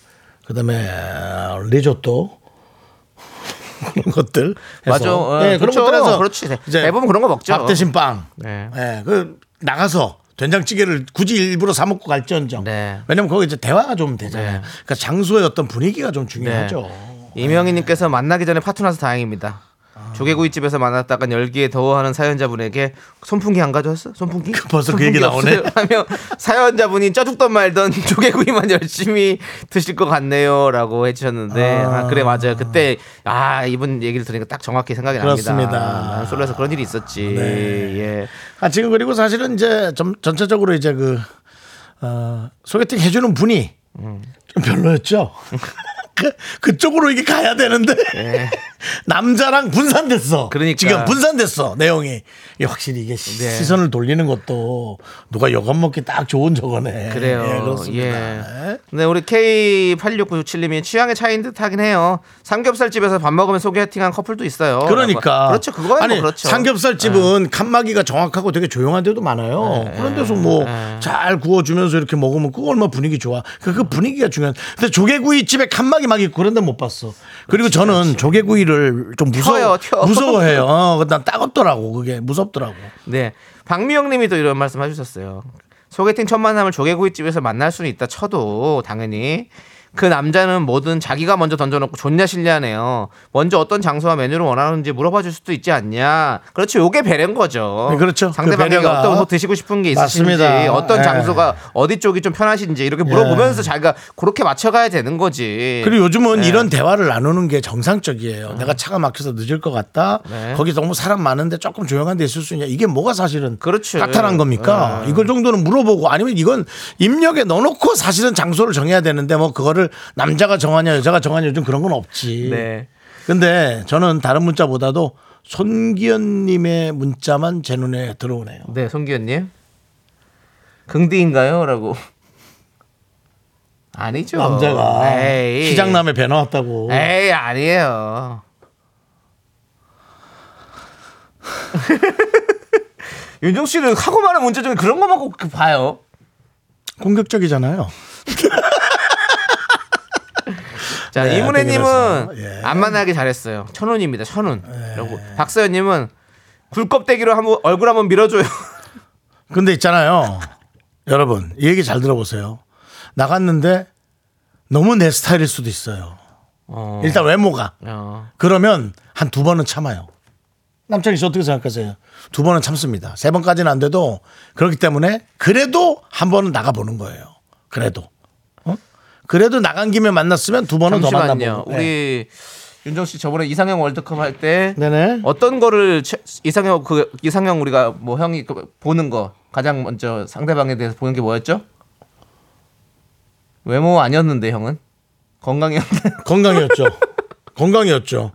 B: 그다음에 어, 리조또 그런 것들 해서
C: 맞아. 예,
B: 예, 그런
C: 그렇죠.
B: 것들 해서
C: 그렇지. 대부분 그런 거 먹죠.
B: 밥 대신 빵.
C: 네.
B: 예, 그 나가서 된장찌개를 굳이 일부러 사 먹고 갈지언정.
C: 네.
B: 왜냐면 거기 이제 대화가 좀 되잖아요. 그러니까 장소의 어떤 분위기가
C: 네.
B: 좀 중요하죠.
C: 이명희님께서 만나기 전에 파투나서 다행입니다. 조개구이집에서 만났다간 열기에 더워하는 사연자분에게 손풍기 안 가져왔어? 손풍기?
B: 벌써 그 얘기
C: 손풍기
B: 나오네.
C: 없어요? 하며 사연자분이 짜죽던 말던 조개구이만 열심히 드실 것 같네요라고 해주셨는데 아, 그래 맞아요. 그때 아 이분 얘기를 들으니까 딱 정확히 생각이
B: 그렇습니다.
C: 납니다. 나는 솔로에서 그런 일이 있었지. 예.
B: 아, 지금 그리고 사실은 이제 점- 전체적으로 이제 그, 어, 소개팅 해주는 분이 좀 별로였죠. 그, 그쪽으로 이게 가야 되는데. 남자랑 분산됐어.
C: 그러니까.
B: 지금 분산됐어. 내용이. 이게 확실히 이게 시-
C: 네.
B: 시선을 돌리는 것도 누가 여건 먹기 딱 좋은 저거네.
C: 그래요.
B: 예, 그렇습니다. 예.
C: 네, 우리 K8697님이 취향의 차이인 듯 하긴 해요. 삼겹살집에서 밥 먹으면 소개팅한 커플도 있어요.
B: 그러니까
C: 라고. 그렇죠. 그거는
B: 아니
C: 뭐 그렇죠.
B: 삼겹살 집은 칸막이가 정확하고 되게 조용한 데도 많아요.
C: 예,
B: 그런 데서 뭐 잘 구워주면서 이렇게 먹으면 그거 얼마 나 분위기 좋아. 그, 그 분위기가 중요한. 근데 조개구이 집에 칸막이 막 있고 그런 데 못 봤어. 그리고 저는 조개구이를 좀 무서워
C: 튀어요, 튀어.
B: 무서워해요. 어, 난 따갑더라고 그게 무섭더라고.
C: 네. 박미영님이 또 이런 말씀 해주셨어요. 소개팅 첫 만남을 조개구이집에서 만날 수는 있다 쳐도 당연히 그 남자는 뭐든 자기가 먼저 던져놓고 좋냐 싫냐네요. 먼저 어떤 장소와 메뉴를 원하는지 물어봐줄 수도 있지 않냐. 그렇죠. 요게 배려인 거죠.
B: 네, 그렇죠.
C: 상대방에게
B: 그 배려가-
C: 어떤 뭐 드시고 싶은 게 있으신지,
B: 맞습니다.
C: 어떤
B: 예.
C: 장소가 어디 쪽이 좀 편하신지 이렇게 물어보면서 자기가 그렇게 맞춰가야 되는 거지.
B: 그리고 요즘은
C: 예.
B: 이런 대화를 나누는 게 정상적이에요. 내가 차가 막혀서 늦을 것 같다.
C: 네.
B: 거기 너무 사람 많은데 조금 조용한 데 있을 수 있냐. 이게 뭐가 사실은
C: 그렇죠.
B: 나타난 겁니까?
C: 네.
B: 이걸 정도는 물어보고 아니면 이건 입력에 넣어놓고 사실은 장소를 정해야 되는데 뭐 이거를 남자가 정하냐 여자가 정하냐 요즘 그런 건 없지.
C: 네.
B: 근데 저는 다른 문자보다도 손기현님의 문자만 제 눈에 들어오네요.
C: 네, 송기현님. 긍디인가요? 라고. 아니죠.
B: 남자가
C: 어, 에이.
B: 시장남에 배 나왔다고.
C: 에이, 아니에요. 윤종 씨는 하고 말한 문제 중에 그런 것만 꼭 봐요.
B: 공격적이잖아요.
C: 자,
B: 네,
C: 이문혜님은
B: 안 되긴 했어. 예.
C: 안 만나게 잘했어요. 천원입니다. 천원. 라고. 박서연님은 굴껍데기로 한번 얼굴 한번 밀어줘요.
B: 근데 있잖아요. 여러분, 이 얘기 잘 들어보세요. 나갔는데 너무 내 스타일일 수도 있어요.
C: 어.
B: 일단 외모가.
C: 어.
B: 그러면 한 두 번은 참아요. 남창희 씨 어떻게 생각하세요? 두 번은 참습니다. 세 번까지는 안 돼도 그렇기 때문에 그래도 한 번은 나가보는 거예요. 그래도. 어? 그래도 나간 김에 만났으면 두 번은 더
C: 잠시만요.
B: 만나보고. 네.
C: 우리 윤정 씨 저번에 이상형 월드컵 할 때
B: 네네.
C: 어떤 거를 최- 이상형 그 이상형 우리가 뭐 형이 그 보는 거 가장 먼저 상대방에 대해서 보는 게 뭐였죠? 외모 아니었는데 형은 건강이었는데
B: 건강이었죠. 건강이었죠.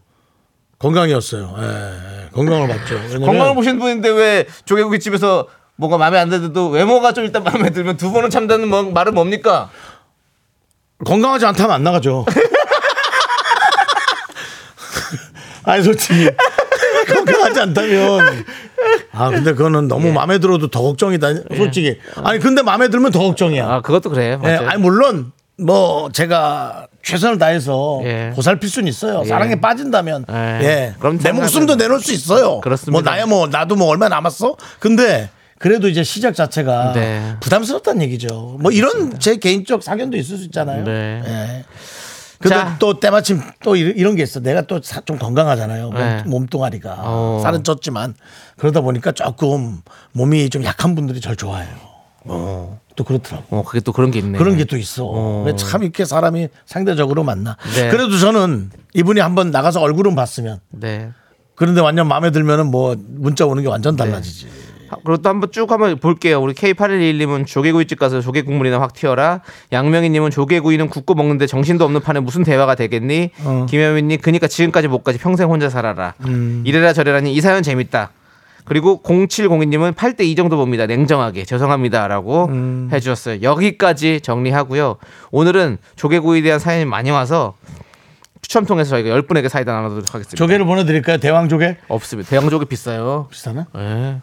B: 건강이었어요. 예, 예. 건강을 봤죠. 왜냐면
C: 건강을 보신 분인데 왜 조개구이 집에서 뭔가 마음에 안 드는데도 외모가 좀 일단 마음에 들면 두 번은 참다는 뭐- 말은 뭡니까?
B: 건강하지 않다면 안 나가죠. 아니 솔직히 건강하지 않다면 아 근데 그거는 너무 마음에 들어도 더 걱정이다 솔직히 아니 근데 마음에 들면 더 걱정이야.
C: 아 그것도 그래.
B: 예,
C: 맞아요.
B: 아니 물론 뭐 제가 최선을 다해서
C: 예.
B: 보살필 수는 있어요. 사랑에 빠진다면
C: 예.
B: 예.
C: 그럼
B: 내 목숨도
C: 생각해보면-
B: 내놓을 수 있어요.
C: 그렇습니다.
B: 뭐 나야 뭐 나도 뭐 얼마 남았어? 근데 그래도 이제 시작 자체가
C: 네.
B: 부담스럽다는 얘기죠. 뭐 이런 제 개인적 사견도 있을 수 있잖아요.
C: 네.
B: 예. 근데
C: 자.
B: 또 때마침 또 이- 이런 게 있어. 내가 또 좀 건강하잖아요. 몸,
C: 네.
B: 몸뚱아리가
C: 어.
B: 살은 쪘지만 그러다 보니까 조금 몸이 좀 약한 분들이 절 좋아해요. 또 그렇더라고.
C: 어 그게 또 그런 게 있네.
B: 그런 게 또 있어. 근데 참 이렇게 사람이 상대적으로 만나.
C: 네.
B: 그래도 저는 이분이 한번 나가서 얼굴은 봤으면
C: 네.
B: 그런데 완전 마음에 들면은 뭐 문자 오는 게 완전 달라지지.
C: 하- 네. 아, 그리고 또 한번 쭉 한번 볼게요. 우리 K8121님은 조개구이집 가서 조개 국물이나 확 튀어라. 양명희님은 조개구이는 굽고 먹는데 정신도 없는 판에 무슨 대화가 되겠니? 김혜민님 그니까 지금까지 못까지 평생 혼자 살아라. 이래라 저래라니 이 사연 재밌다. 그리고 0702님은 8대 2 정도 봅니다. 냉정하게 죄송합니다라고 해주셨어요. 여기까지 정리하고요. 오늘은 조개구이에 대한 사연이 많이 와서 추첨 통해서 저희가 10분에게 사이다 나눠드리도록 하겠습니다.
B: 조개를 보내드릴까요? 대왕 조개
C: 없습니다. 대형조개 비싸요.
B: 비슷하나?
C: 예.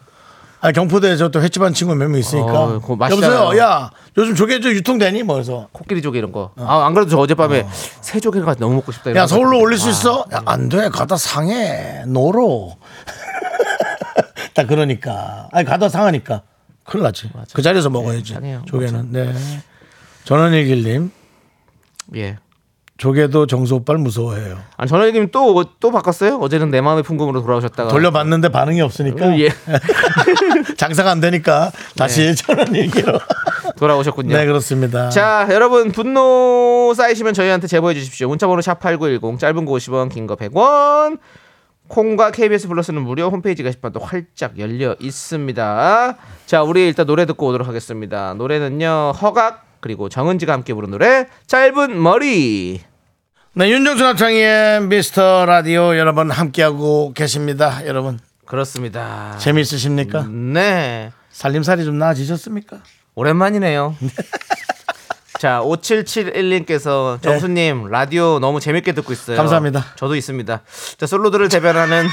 B: 아 경포대에 저 또 횟집한 친구 몇 명 있으니까.
C: 어, 그거 맛있잖아요.
B: 여보세요, 야 요즘 조개 저 유통되니? 뭐 해서
C: 코끼리 조개 이런 거. 아, 안 그래도 저 어젯밤에 새 조개가 너무 먹고 싶다. 아, 이런
B: 야 서울로
C: 생각
B: 올릴 수 있어? 야, 안 돼, 가다 상해, 노로. 딱 그러니까. 아니 가다 상하니까 큰일 나지. 그 자리에서 먹어야지.
C: 상해요.
B: 조개는. 네. 전원일길님
C: 예.
B: 조개도 정수 오빠를 무서워해요.
C: 아, 전화님 또, 또 바꿨어요? 어제는 내 마음의 풍금으로 돌아오셨다가.
B: 돌려봤는데 반응이 없으니까
C: 예.
B: 장사가 안 되니까 다시 저런 얘기로.
C: 돌아오셨군요.
B: 네 그렇습니다.
C: 자, 여러분 분노 쌓이시면 저희한테 제보해 주십시오. 문자번호 샵 8910, 짧은 거 50원, 긴 거 100원. 콩과 KBS 플러스는 무료 홈페이지 게시판도 활짝 열려 있습니다. 자, 우리 일단 노래 듣고 오도록 하겠습니다. 노래는요, 허각 그리고 정은지가 함께 부른 노래 짧은 머리.
B: 네 윤정수 남창희의 미스터 라디오 여러분 함께하고 계십니다. 여러분
C: 그렇습니다.
B: 재미있으십니까?
C: 네.
B: 살림살이 좀 나아지셨습니까?
C: 오랜만이네요. 자, 5771님께서 정수님 라디오 너무 재밌게 듣고 있어요.
B: 네. 감사합니다.
C: 저도 있습니다. 자, 솔로들을 대변하는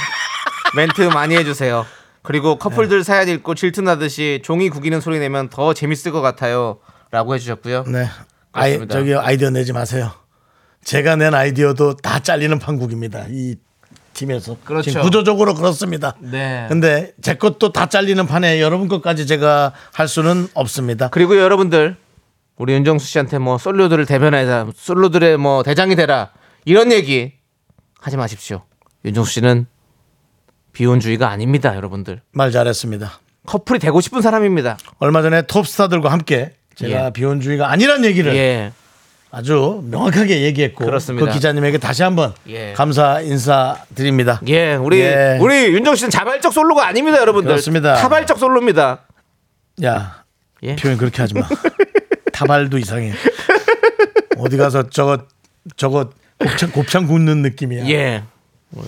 C: 멘트 많이 해주세요. 그리고
B: 네.
C: 커플들 사연 읽고 질투나듯이 종이 구기는 소리 내면 더 재밌을 것 같아요. 라고 해주셨고요.
B: 네. 아이,
C: 그렇습니다.
B: 저기 아이디어 내지 마세요. 제가 낸 아이디어도 다 잘리는 판국입니다. 이 팀에서.
C: 그렇죠.
B: 지금 구조적으로 그렇습니다.
C: 네.
B: 근데 제 것도 다 잘리는 판에 여러분 것까지 제가 할 수는 없습니다.
C: 그리고 여러분들 우리 윤정수 씨한테 뭐 솔로들을 대변해라 솔로들의 뭐 대장이 되라 이런 얘기 하지 마십시오. 윤정수 씨는 비혼주의가 아닙니다, 여러분들.
B: 말 잘했습니다.
C: 커플이 되고 싶은 사람입니다.
B: 얼마 전에 톱스타들과 함께 제가
C: 예.
B: 비혼주의가 아니란 얘기를
C: 예.
B: 아주 명확하게 얘기했고
C: 그렇습니다.
B: 그 기자님에게 다시 한번
C: 예.
B: 감사 인사드립니다.
C: 예, 우리
B: 예.
C: 우리 윤정수 씨는 자발적 솔로가 아닙니다, 여러분들.
B: 그렇습니다.
C: 타발적 솔로입니다.
B: 야
C: 예.
B: 표현 그렇게 하지 마. 다발도 이상해. 어디 가서 저거 저거 곱창 곱창 굽는 느낌이야.
C: 예.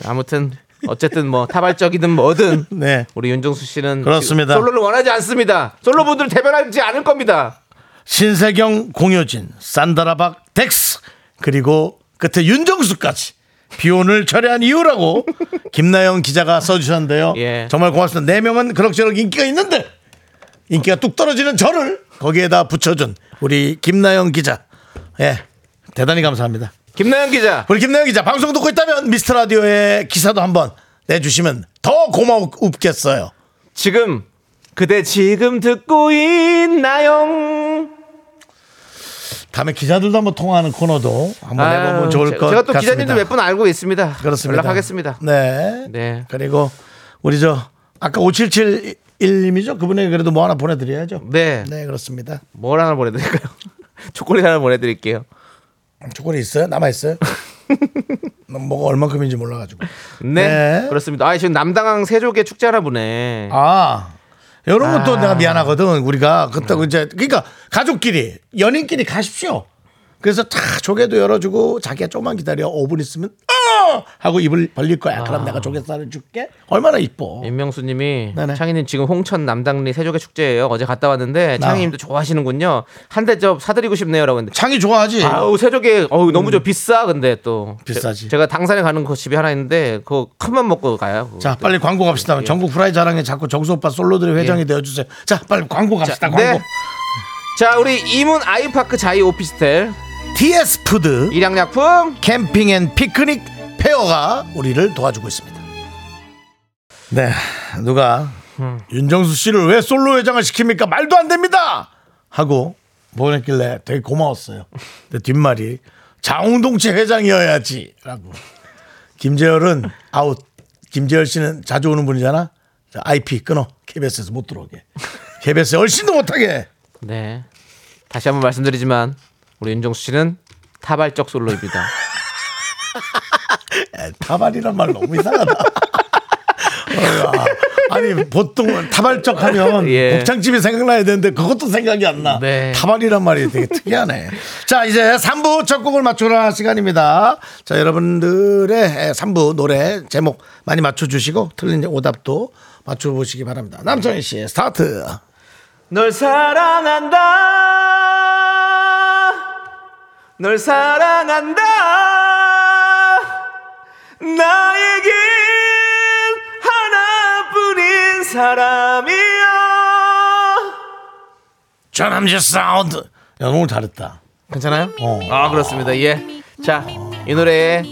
C: 아무튼 어쨌든 뭐 타발적이든 뭐든
B: 네.
C: 우리 윤종수 씨는
B: 그렇습니다.
C: 솔로를 원하지 않습니다. 솔로분들 대변하지 않을 겁니다.
B: 신세경, 공효진, 산다라박, 덱스 그리고 끝에 윤정수까지 비혼을 철회한 이유라고 김나영 기자가 써주셨는데요.
C: 예.
B: 정말 고맙습니다. 네 명은 그럭저럭 인기가 있는데 인기가 뚝 떨어지는 저를 거기에다 붙여준 우리 김나영 기자, 예 대단히 감사합니다.
C: 김나영 기자.
B: 우리 김나영 기자 방송 듣고 있다면 미스터 라디오의 기사도 한번 내주시면 더 고마웠겠어요.
C: 지금 그대 지금 듣고 있나요?
B: 다음에 기자들도 한번 통화하는 코너도 한번 해보면
C: 아유,
B: 네, 뭐, 좋을
C: 제-
B: 것
C: 제가 또
B: 같습니다.
C: 기자님들 몇 분 알고 있습니다.
B: 그렇습니다.
C: 연락하겠습니다.
B: 네.
C: 네.
B: 그리고 우리 저 아까 5771님이죠? 그분에게 그래도 뭐 하나 보내드려야죠.
C: 네.
B: 네, 그렇습니다.
C: 뭘 하나 보내드릴까요? 초콜릿 하나 보내드릴게요.
B: 초콜릿 있어요? 남아 있어요? 난 뭐가 얼만큼인지 몰라가지고.
C: 네.
B: 네.
C: 그렇습니다. 아 지금 남당항 세조개 축제 하나 보네.
B: 아. 이런 것도
C: 아.
B: 내가 미안하거든. 우리가 그때 이제 그러니까 가족끼리 연인끼리 가십시오. 그래서 다 조개도 열어주고 자기가 조금만 기다려 5분 있으면 어! 하고 입을 벌릴 거야. 그럼 내가 조개살을 줄게. 얼마나 이뻐.
C: 아. 임명수님이
B: 네네.
C: 창희님 지금 홍천 남당리 세조개 축제예요. 어제 갔다 왔는데
B: 나.
C: 창희님도 좋아하시는군요. 한 대 좀 사드리고 싶네요라고 했는데.
B: 창이 좋아하지. 음.
C: 아우 세조개 어우 너무 좀 비싸 근데 또
B: 비싸지.
C: 제, 가 당산에 가는 그 집이 하나 있는데 그거 컵만 먹고 가요. 그거.
B: 자 빨리 광고 갑시다. 전국 후라이 자랑에 자꾸 정수 오빠 솔로들의 회장이 되어주세요. 자 빨리 광고 갑시다. 광고.
C: 네. 자 우리 이문 아이파크 자이 오피스텔
B: TS 푸드
C: 일양약품
B: 캠핑 앤 피크닉 페어가 우리를 도와주고 있습니다. 네 누가 윤정수 씨를 왜 솔로 회장을 시킵니까? 말도 안 됩니다. 하고 보냈길래 되게 고마웠어요. 근데 뒷말이 장홍동체 회장이어야지라고. 김재열은 아웃. 김재열 씨는 자주 오는 분이잖아. 자, IP 끊어. KBS에서 못 들어오게. KBS에 얼씬도 못하게.
C: 네. 다시 한번 말씀드리지만 우리 윤종수 씨는 타발적 솔로입니다.
B: 에, 타발이란 말 너무 이상하다. 어, 아, 아니 보통 타발적 하면
C: 예.
B: 곱창집이 생각나야 되는데 그것도 생각이 안 나.
C: 네.
B: 타발이란 말이 되게 특이하네. 자 이제 3부 첫 곡을 맞추라 시간입니다. 자 여러분들의 3부 노래 제목 많이 맞춰주시고 틀린 오답도 맞춰보시기 바랍니다. 남정희 씨 스타트.
C: 널 사랑한다. 널 사랑한다. 나에겐 하나뿐인 사람이야.
B: 전함지 사운드. 야 오늘 잘했다.
C: 괜찮아요?
B: 어.
C: 아 그렇습니다. 예. 자, 이 노래의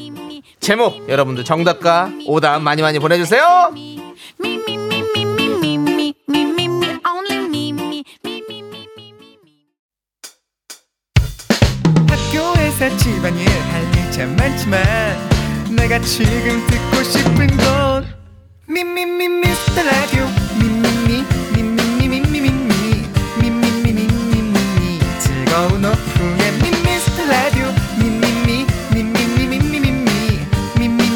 C: 제목 여러분들 정답과 오답 많이 많이 보내주세요.
F: Me, me, me, me, me, me, me, me, me, me, only me, me, me, me, me, me, me, me.
G: 학교에서 집안일 할 일 참 많지만 내가 지금 듣고 싶은 건 미미미 미스터 라디오 미미미 미미미 미미미 미미미 미미미 즐거운 오후에 미스터 라디오 미미미 미미미 미미미 미미미 미미미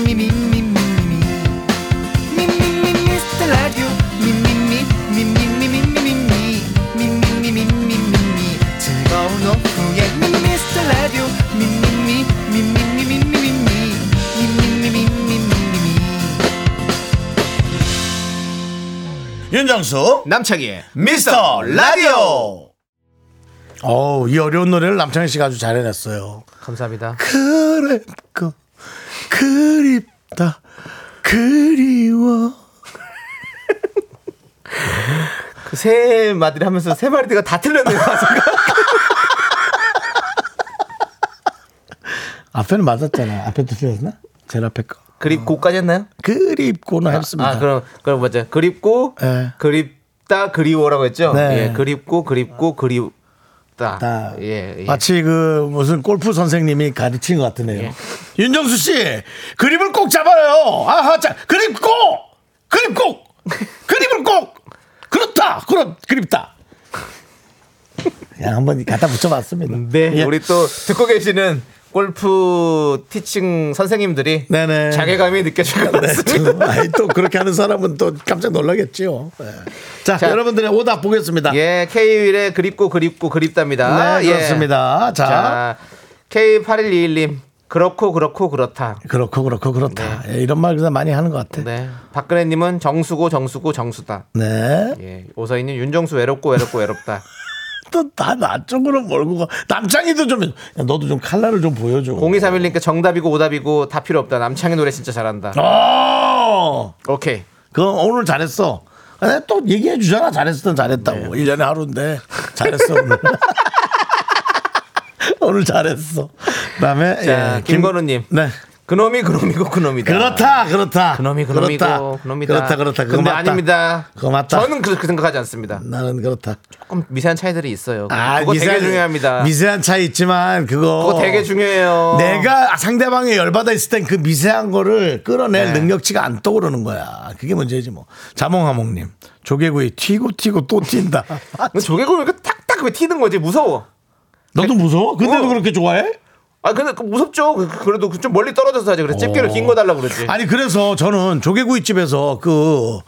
B: 윤정수
C: 남창희의
B: 미스터 라디오. 어우, 이 어려운 노래를 남창희 씨가 아주 잘 해냈어요.
C: 감사합니다.
B: 그립고, 그립다, 그리워.
C: 그세 마디를 하면서 세 마디가 다 틀렸네요.
B: 앞에는 맞았잖아. 앞에도 틀렸나? 제일 앞에 거.
C: 그립 고까지 했나요?
B: 그립고는 어. 했습니다.
C: 아 그럼 그럼 맞죠. 그립고
B: 예.
C: 그립다 그리워라고 했죠.
B: 네.
C: 예, 그립고 그립고 그립다.
B: 다
C: 예, 예.
B: 아, 마치 그 무슨 골프 선생님이 가르친 것 같으네요. 윤정수 씨 그립을 꼭 잡아요. 아하 자 그립 꼭 그립 꼭 그립을 꼭 그렇다 그럼 그립다. 그냥 한번 갖다 붙여봤습니다.
C: 네.
B: 예.
C: 우리 또 듣고 계시는 골프 티칭 선생님들이
B: 네네.
C: 자괴감이 느껴질 것
B: 네,
C: 같습니다.
B: 참, 아이, 또 그렇게 하는 사람은 또 깜짝 놀라겠지요. 예. 자,
C: 자.
B: 여러분들의 오답 보겠습니다.
C: 예, K 윌의 그립고 그립고 그립답니다.
B: 네
C: 예.
B: 그렇습니다. 자,
C: 자, K8121님 그렇고 그렇고 그렇다.
B: 그렇고 그렇고 그렇다. 예, 이런 말 그냥 많이 하는 것 같아. 네.
C: 네. 박근혜님은 정수고 정수고 정수다.
B: 네.
C: 예. 오서희님 윤정수 외롭고 외롭고 외롭다.
B: 또나나 쪽으로 몰고 가. 남창이도 좀 야, 너도 좀 칼날을 좀 보여줘.
C: 0231님께 정답이고 오답이고 다 필요 없다. 남창희 노래 진짜 잘한다.
B: 어.
C: 오케이.
B: 그 오늘 잘했어. 아, 내가 또 얘기해 주잖아. 잘했으면
C: 네,
B: 잘했다고. 일 1년에 하루인데 잘했어 오늘. 오늘 잘했어. 그다음에
C: 자, 김건우님.
B: 네.
C: 그놈이 그놈이고 그놈이다.
B: 그렇다. 그렇다.
C: 그놈이 그놈이고
B: 그렇다.
C: 그놈이다.
B: 그렇다. 그렇다. 그거
C: 근데
B: 맞다.
C: 아닙니다.
B: 그거 맞다.
C: 저는 그렇게 생각하지 않습니다.
B: 나는 그렇다.
C: 조금 미세한 차이들이 있어요. 그거
B: 아, 미세한-
C: 되게 중요합니다.
B: 미세한 차이 있지만 그거
C: 그거 되게 중요해요.
B: 내가 상대방이 열받아 있을 땐 그 미세한 거를 끌어낼
C: 네.
B: 능력치가 안 떠오르는 거야. 그게 문제지 뭐. 자몽하몽님 조개구이 튀고 튀고 또 튄다. 아,
C: 근데 조개구이 이렇게 탁탁 왜 튀는 거지? 무서워.
B: 너도 무서워? 근데도
C: 어.
B: 그렇게 좋아해?
C: 아 근데 그 무섭죠. 그- 그래도 그좀 멀리 떨어져서 하지. 그래 집게를 긴 거 달라고 그랬지.
B: 아니 그래서 저는 조개구이 집에서 그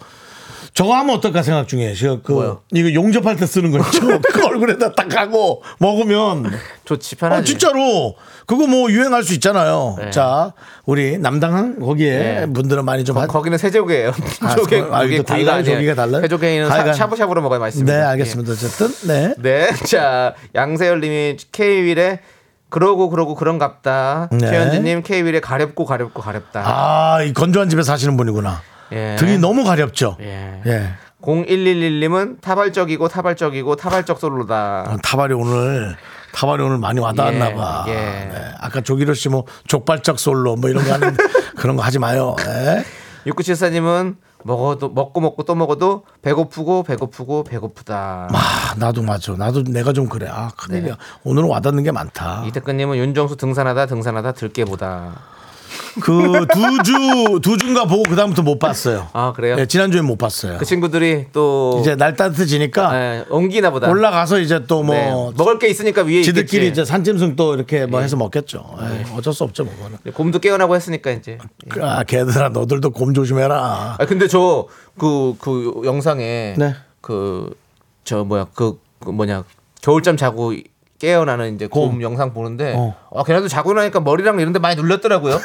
B: 저거 하면 어떨까 생각 중에 제가 그
C: 뭐요?
B: 이거 용접할 때 쓰는 거 있죠. 그 얼굴에다 딱 하고 먹으면
C: 좋지
B: 아,
C: 편하지.
B: 진짜로 그거 뭐 유행할 수 있잖아요.
C: 네.
B: 자 우리 남당항 거기에
C: 네.
B: 분들은 많이 좀 하-
C: 거기는 새조개예요.
B: 아,
C: 조개
B: 아,
C: 그게
B: 이거
C: 구이가
B: 달라요?
C: 아니에요. 예.
B: 조개가 달라요?
C: 새조개는 사-
B: 하여간-
C: 샤브샤브로 먹어야 맛있습니다.
B: 네 알겠습니다. 어쨌든 네.
C: 예. 네, 자 양세열님이 K 윌의 그러고 그러고 그런갑다.
B: 네.
C: 최현진님 K 윌의 가렵고 가렵고 가렵다.
B: 아, 이 건조한 집에 사시는 분이구나.
C: 예.
B: 등이 너무 가렵죠. 예.
C: 예. 0111님은 타발적이고 타발적이고 타발적 솔로다.
B: 아, 타발이 오늘 타발이 오늘 많이 와닿았나
C: 예,
B: 봐.
C: 예.
B: 네. 아까 조기로 씨 뭐 족발적 솔로 뭐 이런 거 하는 그런 거 하지 마요. 예.
C: 6974님은 먹어도 먹고 먹고 또 먹어도 배고프고 배고프고 배고프다.
B: 아, 나도 맞아. 나도 내가 좀 그래. 아, 큰일이야. 오늘은 와닿는 게 많다.
C: 네. 이태근님은 윤정수 등산하다 등산하다 들깨 보다.
B: 그 두주 두 주인가 보고 그 다음부터 못 봤어요.
C: 아 그래요?
B: 예, 지난주에 못 봤어요.
C: 그 친구들이 또
B: 이제 날 따뜻해지니까
C: 예, 옮기나 보다.
B: 올라가서 이제 또뭐
C: 네, 먹을 게 있으니까 위에
B: 지들끼리
C: 있겠지. 예. 네.
B: 이제 산짐승 또 이렇게 뭐 해서 먹겠죠. 에이, 어쩔 수 없죠, 그거는.
C: 곰도 깨어나고 했으니까 이제.
B: 아, 걔들아, 너들도 곰 조심해라.
C: 아 근데 저 그 그 영상에
B: 네.
C: 그 저 뭐야 그, 그 뭐냐 겨울잠 자고 깨어나는 이제 곰, 영상 보는데
B: 어.
C: 아 걔네도 자고 나니까 머리랑 이런데 많이 눌렸더라고요.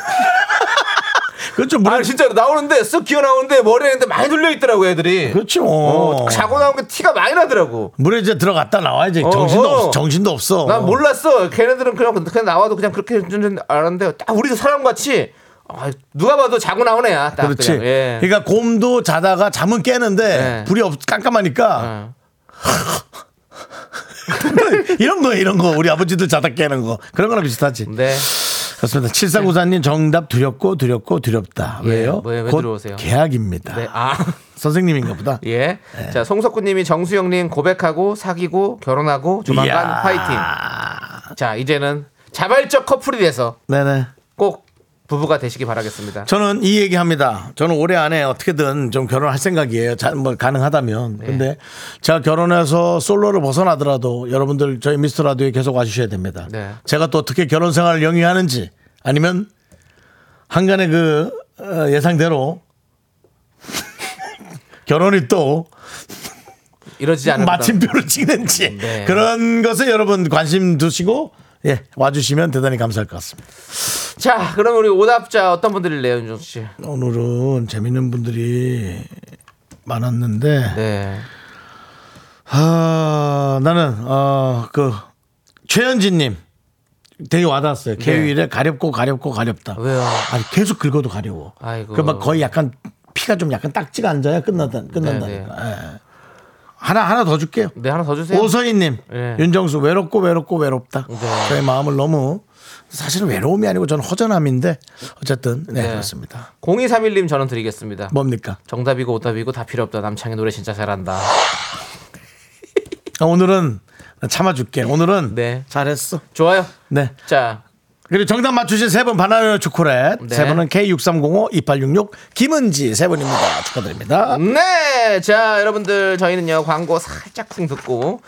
B: 그렇죠, 물
C: 아 진짜로 나오는데 쓱 기어 나오는데 머리에 있는데 많이 눌려 있더라고 애들이.
B: 그렇죠.
C: 어, 자고 나온 게 티가 많이 나더라고.
B: 물에 이제 들어갔다 나와야지.
C: 어,
B: 정신도
C: 어.
B: 없어. 정신도 없어.
C: 난 몰랐어. 걔네들은 그냥 그냥 나와도 그냥 그렇게 해주는 알았는데 딱 우리도 사람 같이 아, 누가 봐도 자고 나온 애야. 딱
B: 그렇지.
C: 그냥, 예.
B: 그러니까 곰도 자다가 잠은 깨는데
C: 네.
B: 불이 없, 깜깜하니까
C: 어.
B: 이런 거, 이런 거. 우리 아버지들 자다 깨는 거. 그런 거랑 비슷하지.
C: 네.
B: 그렇습니다. 7494님 정답 두렵고 두렵고 두렵다.
C: 예,
B: 왜요?
C: 왜, 왜
B: 곧
C: 들어오세요?
B: 계약입니다.
C: 네. 아.
B: 선생님인가 보다.
C: 예.
B: 네.
C: 자, 송석구님이 정수영님 고백하고 사귀고 결혼하고 조만간
B: 이야.
C: 파이팅. 자, 이제는 자발적 커플이 돼서
B: 네네.
C: 꼭 부부가 되시기 바라겠습니다.
B: 저는 이 얘기합니다. 저는 올해 안에 어떻게든 좀 결혼할 생각이에요. 자, 뭐
C: 네.
B: 가능하다면. 근데 제가 결혼해서 솔로를 벗어나더라도 여러분들 저희 미스터 라디오에 계속 와주셔야 됩니다.
C: 네.
B: 제가 또 어떻게 결혼 생활을 영위하는지 아니면 한간의 그 어, 예상대로 결혼이 또
C: 이러지 않으면
B: 마침표를 찍는지
C: 네.
B: 그런 것에 여러분 관심 두시고 예, 와주시면 대단히 감사할 것 같습니다.
C: 자, 그럼 우리 오답자 어떤 분들일래요, 윤정 씨?
B: 오늘은 재밌는 분들이 많았는데
C: 네.
B: 아, 나는 어, 그 최현진님 되게 와닿았어요. 개위일에 가렵고 가렵고 가렵다.
C: 네. 왜요?
B: 아니 계속 긁어도 가려워.
C: 아이고.
B: 그막 거의 약간 피가 좀 약간 딱지가 앉아야 끝난다 끝난다니까. 예. 하나 하나 더 줄게요.
C: 네, 하나 더 주세요.
B: 오서희님,
C: 예.
B: 윤정수 외롭고 외롭고 외롭다.
C: 네.
B: 저의 마음을 너무 사실은 외로움이 아니고 저는 허전함인데 어쨌든 네,
C: 네.
B: 그렇습니다.
C: 0231님 저는 드리겠습니다.
B: 뭡니까?
C: 정답이고 오답이고 다 필요 없다. 남창희 노래 진짜 잘한다.
B: 아, 오늘은 참아줄게. 오늘은
C: 네.
B: 잘했어.
C: 좋아요.
B: 네.
C: 자,
B: 그리고 정답 맞추신 세 분 바나나 초콜릿
C: 네.
B: 세 분은 K63052866 김은지 세 분입니다 축하드립니다
C: 네, 자 여러분들 저희는요 광고 살짝 쿵 듣고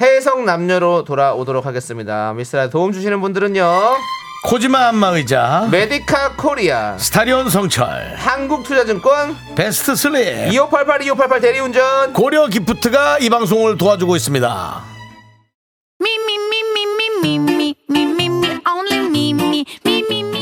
C: 해성 남녀로 돌아오도록 하겠습니다. 미스라 도움 주시는 분들은요
B: 코지마 안마
C: 네.
B: 의자
C: 메디카 코리아,
B: 스타리온 성철
C: 한국투자증권,
B: 베스트 슬립
C: 2588 2588 대리운전,
B: 고려 기프트가 이 방송을 도와주고 있습니다
F: me, me, me, me, me, me, me, me, me, only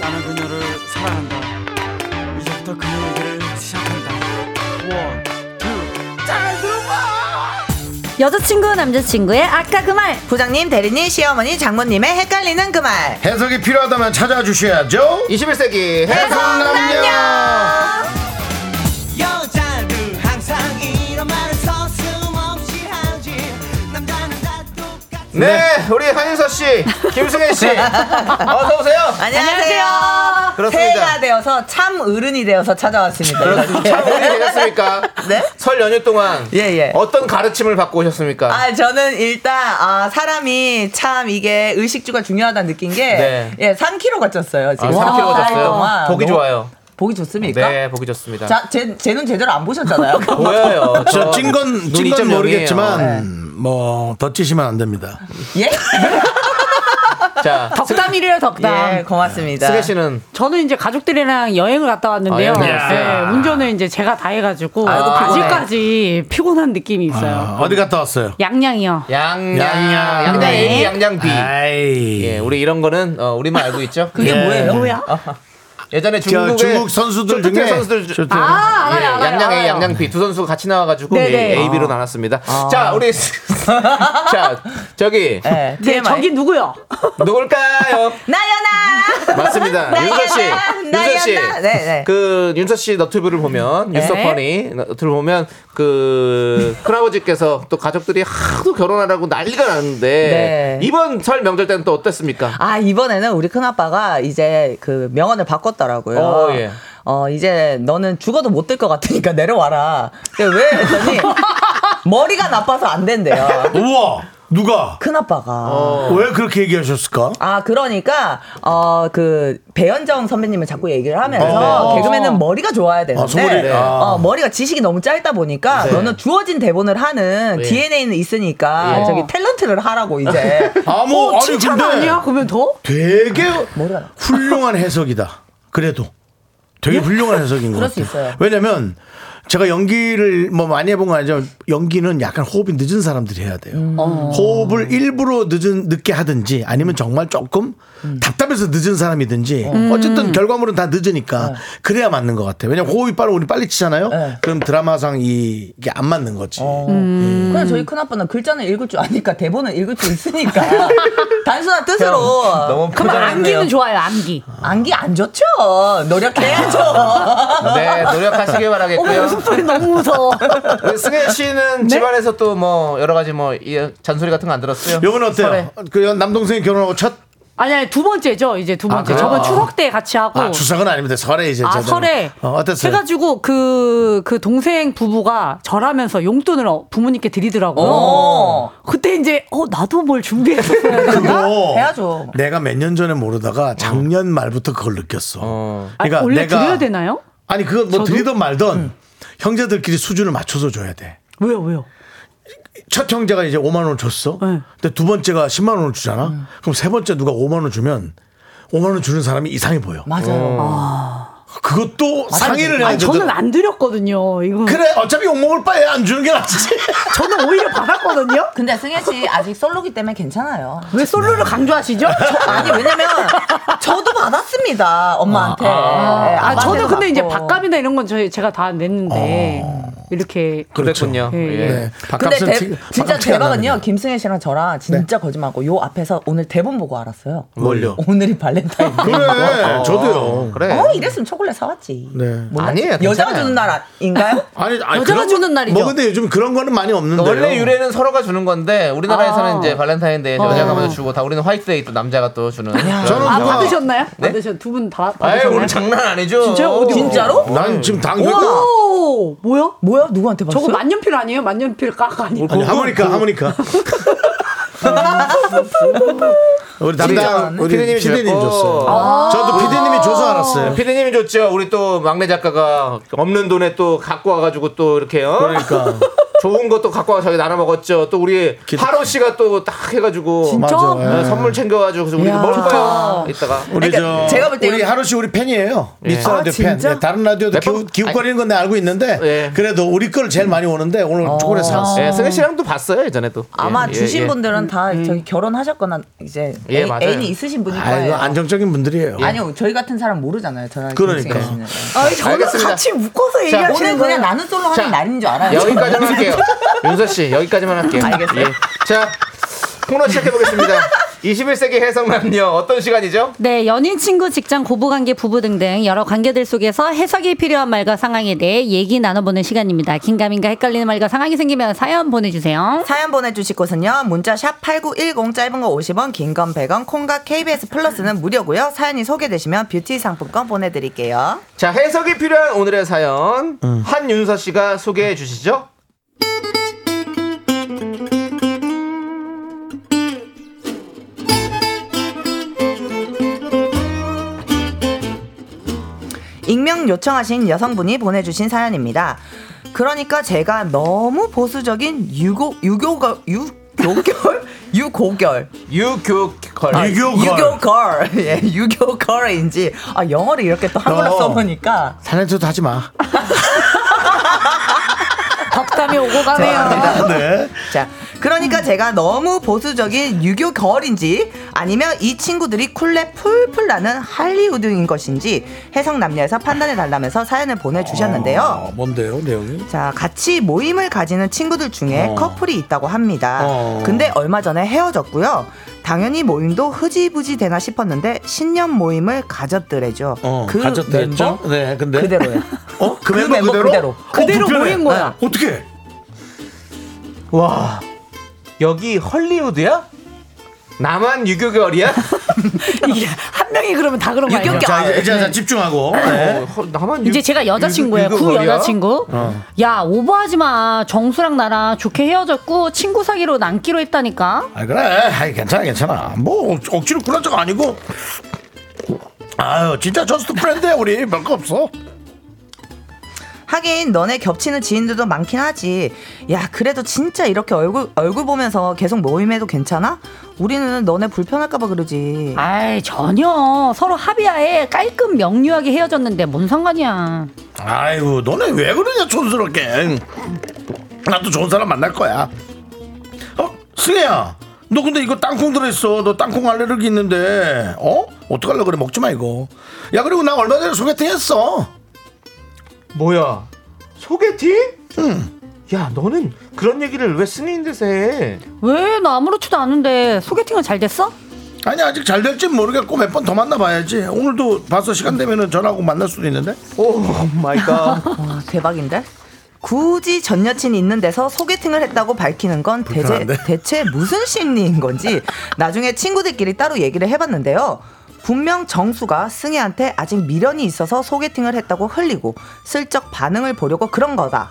H: 나는 그녀를 사랑한다. 이제부터 그녀에게 시작한다. 원, 투.
I: 여자친구 남자친구의 아까 그 말
J: 부장님, 대리님, 시어머니, 장모님의 헷갈리는 그 말.
B: 해석이 필요하다면 찾아주셔야죠
C: 21세기 해
B: 해성남녀
H: 여자들 항상 이런 말을 서슴없이 하지. 남자는 다 똑같아.
C: 네, 우리 한인서 씨, 김승혜 씨,
J: 네.
C: 어서 오세요.
J: 안녕하세요.
C: 그렇습니다.
J: 새해가 되어서 참 어른이 되어서 찾아왔습니다.
C: 참 오래 되셨습니까?
J: 네?
C: 설 연휴 동안
J: 예, 예.
C: 어떤 가르침을 받고 오셨습니까?
J: 아, 저는 일단, 아, 사람이 참 이게 의식주가 중요하다는 느낀 게,
C: 네.
J: 예, 3kg가 쪘어요.
C: 아,
J: 지금
C: 3kg
J: 한 달
C: 졌어요.
J: 동안.
C: 보기
J: 너무-
C: 좋아요.
J: 보기 좋습니까?
C: 네, 어, 보기 좋습니다.
J: 자, 제, 쟤는 제대로 안 보셨잖아요.
C: 보여요. 저
B: 찐건
C: 눈이
B: 찐건
C: 좀 영해요. 네.
B: 모르겠지만 뭐더 찌시면 안 됩니다
J: 예?
C: 자,
K: 덕담이래요 덕담.
J: 예, 고맙습니다.
C: 승혜 씨는
K: 저는 이제 가족들이랑 여행을 갔다 왔는데요.
C: 아, 여행
K: 네,
J: 예.
C: 갔어요.
K: 운전을 이제 제가 다 해가지고
J: 아이고,
K: 아,
J: 피곤해.
K: 직까지 피곤한 느낌이 있어요.
B: 아, 어디 갔다 왔어요
K: 양양이요.
C: 양양,
B: 양양.
C: 양양
K: 네.
C: A, 양양 B.
B: 아이
C: 예, 우리 이런 거는 어, 우리만 알고 있죠.
J: 그게
B: 예.
J: 뭐예요?
C: 예전에
B: 저
C: 중국의
B: 중국 선수들
C: 쇼트트랙
B: 중에
C: 선수들 중-
B: 쇼트트랙.
K: 아,
B: 예.
K: 알아요, 알아요,
C: 양양 A,
K: 알아요.
C: 양양 B 두 선수가 같이 나와가지고
K: 네네.
C: 예, A, B로 나눴습니다. 자, 우리 자 저기
J: 예,
K: 네,
J: TMI.
K: 저기 누구요?
C: 누굴까요?
J: 나연아!
C: 맞습니다.
J: 나연아!
C: 윤서 씨, 윤서 씨,
J: 나연아! 네, 네.
C: 그 윤서 씨 너튜브를 보면
K: 네.
C: 윤서퍼니 너튜브 보면 그 큰아버지께서 또 가족들이 하도 결혼하라고 난리가 났는데
J: 네.
C: 이번 설 명절 때는 또 어땠습니까?
J: 아 이번에는 우리 큰 아빠가 이제 그 명언을 바꿨더라고요.
C: 어, 예.
J: 어, 이제 너는 죽어도 못 될 것 같으니까 내려와라. 근데 왜 했더니 머리가 나빠서 안 된대요.
B: 우와 누가
J: 큰 아빠가.
B: 왜 그렇게 얘기하셨을까?
J: 아 그러니까 어 그 배현정 선배님을 자꾸 얘기를 하면서
K: 어.
J: 개그맨은 머리가 좋아야 되는데
B: 아, 소머리. 네.
J: 어, 머리가 지식이 너무 짧다 보니까
C: 네.
J: 너는 주어진 대본을 하는
C: 예.
J: DNA는 있으니까
C: 예.
J: 저기 탤런트를 하라고 이제
B: 아무
K: 어, 칭찬 아니야? 그러면 더?
B: 되게
J: 머리가 나.
B: 훌륭한 해석이다. 그래도 되게 훌륭한 해석인 것
J: 그럴 수
B: 같아요.
J: 있어요.
B: 왜냐면 제가 연기를 뭐 많이 해본 건 아니지만 연기는 약간 호흡이 늦은 사람들이 해야 돼요. 호흡을 일부러 늦은 늦게 하든지 아니면 정말 조금 답답해서 늦은 사람이든지 어쨌든 결과물은 다 늦으니까 그래야 맞는 것 같아요. 왜냐면 호흡이 빠르면 우리 빨리 치잖아요.
J: 네.
B: 그럼 드라마상 이- 이게 안 맞는 거지.
J: 그냥 저희 큰아빠는 글자는 읽을 줄 아니까 대본은 읽을 줄 있으니까 단순한 뜻으로
C: 너무
K: 그럼
C: 포장했네요.
K: 안기는 좋아요, 안기.
J: 안기 안 좋죠 노력해야죠
C: 네 노력하시길
B: 네.
C: 바라겠고요.
K: 목소리 너무 무서워.
C: 우리 승혜 씨는 집안에서 또 뭐 여러 가지 뭐 이- 잔소리 같은 거 안 들었어요?
B: 요건 어때요?
C: 설에.
B: 그 남동생이 결혼하고 첫
K: 아니, 아니, 두 번째죠, 이제 두 번째.
C: 그래요?
K: 저번 추석 때 같이 하고.
B: 아, 추석은 아닙니다. 설에 이제
K: 어. 아,
B: 제대로.
K: 설에.
B: 어, 어땠어요?
K: 해가지고 그, 그 동생 부부가 절하면서 용돈을 어- 부모님께 드리더라고요.
J: 어.
K: 그때 이제, 어, 나도 뭘 준비했었어야 되나?
B: 그거
J: 해야죠.
B: 내가 몇 년 전에 모르다가 작년 말부터 그걸 느꼈어.
C: 어.
K: 어. 아니,
B: 그러니까
K: 원래
B: 내가-
K: 드려야 되나요?
B: 아니 그거 뭐 드리던 말던 형제들끼리 수준을 맞춰서 줘야 돼.
K: 왜요, 왜요?
B: 첫 형제가 이제 5만 원을 줬어.
K: 네.
B: 근데 두 번째가 10만 원을 주잖아. 그럼 세 번째 누가 5만 원 주면 5만 원 주는 사람이 이상해 보여.
J: 맞아요
B: 그것도 상의를 해야
K: 아니,
B: 되
K: 저는 안 드렸거든요, 이거.
B: 그래 어차피 욕먹을 바에 안 주는 게 낫지.
K: 저는 오히려 받았거든요?
J: 근데 승혜 씨 아직 솔로기 때문에 괜찮아요
K: 왜 솔로를 강조하시죠?
J: 저- 아니 왜냐면 저도 받았습니다 엄마한테 네,
K: 아,
J: 아빠한테도
K: 저는 근데 이제
J: 받고.
C: 어.
K: 밥값이나 이런 건 저희, 제가 다 냈는데. 이렇게
C: 그랬군요.
B: 그렇죠.
K: 예, 예.
J: 네. 근데
K: 밥값은
J: 대-
K: 치-
J: 진짜
K: 밥값 치가 안
J: 대박은요.
K: 나는데.
J: 김승현 씨랑 저랑 진짜 거짓말하고 요 앞에서 오늘 대본 보고 알았어요.
B: 뭘요?
J: 오늘이 발렌타인.
K: 어.
B: 그래, 저도요.
J: 어 이랬으면 초콜릿 사왔지.
B: 네.
J: 몰랐지? 여자가 주는 날인가요?
B: 아니, 아니
J: 여자가
B: 그런
J: 주는
B: 거-
J: 날이죠.
B: 뭐 근데 요즘 그런 거는 많이 없는데.
C: 원래 유래는 서로가 주는 건데 우리나라에서는
B: 아.
C: 이제 발렌타인데이
B: 어.
C: 여자가 먼저 주고 다 우리는 화이트데이 또 남자가 또 주는. 그런-
B: 저는
K: 아,
B: 누가-
K: 받으셨나요? 받으신 두 분 다
C: 아이,
K: 받으셨나요?
C: 오늘 장난 아니죠?
K: 진짜요? 어디
C: 진짜로?
B: 난 지금 당근-
K: 오, 뭐야?
J: 뭐야? 누구한테
K: 봤어? 저거 만년필 아니에요? 만년필 깍 아니에요?
B: 아니, 하모니카, 하모니카. 우리 담당 우리 피디님 줬어요. 저도 피디님이 줘서 알았어요.
C: 네, 피디님이 줬죠. 우리 또 막내 작가가 없는 돈에 또 갖고 와가지고 또 이렇게요. 어?
B: 그러니까.
C: 좋은 것도 갖고 와서 저희 나눠 먹었죠. 또 우리 하로 씨가 또 딱 해가지고
B: 진짜? 맞아.
C: 네, 선물 챙겨가지고 그래서 우리
B: 이야.
C: 먹을 거예요. 이따가
B: 우리 저
J: 제가 볼때
B: 우리
J: 요즘-
B: 하루 씨 우리 팬이에요.
C: 예.
B: 미스
C: 아,
B: 라디오 팬.
C: 진짜?
B: 네, 다른 라디오도 기웃, 기웃거리는 건 내가 알고 있는데 그래도 우리 걸 제일 많이 오는데 오늘 초콜릿 사왔어.
C: 예, 승혜 씨랑도 봤어요 예전에 도
J: 아마 주신 분들은 다
K: 음,
J: 저기 결혼하셨거나 이제
B: 예,
J: 애,
B: 맞아요.
J: 애인이 있으신 분일
B: 아,
J: 거예요.
B: 이거 안정적인 분들이에요.
J: 아니요, 저희 같은 사람 모르잖아요. 저랑
B: 그러니까.
J: 아, 저는
C: 알겠습니다.
J: 같이 묶어서
C: 자,
J: 얘기하시는
C: 오늘
J: 오늘
C: 그냥
J: 그냥 나는 솔로 하는
C: 자,
J: 날인 줄 알아요.
C: 여기까지만 할게요. 윤서 씨 여기까지만 할게요. 알겠어요. 자 코너 시작해 보겠습니다. 21세기 해석남녀 어떤 시간이죠?
I: 네, 연인, 친구, 직장, 고부관계, 부부 등등 여러 관계들 속에서 해석이 필요한 말과 상황에 대해 얘기 나눠보는 시간입니다. 긴가민가 헷갈리는 말과 상황이 생기면 사연 보내주세요.
J: 사연 보내주실 곳은요. 문자 샵 8910 짧은 거 50원 긴 건 100원 콩과 KBS 플러스는 무료고요. 사연이 소개되시면 뷰티 상품권 보내드릴게요.
C: 자 해석이 필요한 오늘의 사연 한윤서 씨가 소개해 주시죠.
J: 익명 요청하신 여성분이 보내주신 사연입니다. 그러니까 제가 너무 보수적인 유고, 유교가, 유교결? 유고결.
C: 유교걸.
J: 아, 유교걸. 예, 유교걸인지. 아, 영어를 이렇게 또 한글로
B: 너.
J: 써보니까.
B: 사내도 하지 마.
J: 덕담이 오고 아,
B: 가네요. 네.
J: 자, 그러니까 제가 너무 보수적인 유교 결인지 아니면 이 친구들이 쿨레 풀풀 나는 할리우드인 것인지 해석 남녀에서 판단해 달라면서 사연을 보내주셨는데요.
B: 아, 뭔데요, 내용이?
J: 자, 같이 모임을 가지는 친구들 중에
B: 어.
J: 커플이 있다고 합니다.
B: 어.
J: 근데 얼마 전에 헤어졌고요. 당연히 모임도 흐지부지 되나 싶었는데 신년 모임을 가졌더래죠.
B: 어,
J: 그 멤버
B: 가졌댔죠? 네, 근데
J: 그대로야.
B: 어? 그,
J: 그
B: 멤버,
J: 멤버
B: 그대로? 네.
J: 그대로. 그대로 모인 거야.
B: 어떻게?
C: 와 여기 헐리우드야? 나만 유교결이야?
K: 한 명이 그러면 다 그런 거 아니에요?
B: 자, 이제, 이제 집중하고.
C: 어,
B: 네.
I: 이제 제가 여자친구예요. 구 여자친구.
B: 어.
I: 야, 오버하지 마. 정수랑 나랑 좋게 헤어졌고 친구 사귀로 남기로 했다니까.
B: 아 그래, 아이, 괜찮아, 괜찮아. 뭐 억- 억지로 굴한 적 아니고. 아유, 진짜 저스트 프렌드야 우리 별거 없어.
J: 하긴 너네 겹치는 지인들도 많긴 하지. 야 그래도 진짜 이렇게 얼굴 얼굴 보면서 계속 모임해도 괜찮아? 우리는 너네 불편할까봐 그러지.
I: 아이 전혀 서로 합의하에 깔끔 명료하게 헤어졌는데 뭔 상관이야.
B: 아이고, 너네 왜 그러냐 촌스럽게. 나도 좋은 사람 만날 거야. 어, 승혜야, 너 근데 이거 땅콩 들어있어. 너 땅콩 알레르기 있는데, 어? 어떡하려 그래 먹지 마 이거. 야 그리고 나 얼마 전에 소개팅했어.
C: 뭐야? 소개팅? 응. 야, 너는 그런 얘기를 왜 스님 듯이 해?
I: 왜? 나 아무렇지도 않은데 소개팅은 잘 됐어?
B: 아니 아직 잘 될지 모르겠고 몇 번 더 만나봐야지. 오늘도 봐서 시간 되면은 전화하고 만날 수도 있는데.
C: 오 마이 갓.
J: 와, 대박인데? 굳이 전 여친이 있는 데서 소개팅을 했다고 밝히는 건 대체,
B: 불편한데?
J: 대체 무슨 심리인 건지 나중에 친구들끼리 따로 얘기를 해봤는데요. 분명 정수가 승희한테 아직 미련이 있어서 소개팅을 했다고 흘리고 슬쩍 반응을 보려고 그런 거다.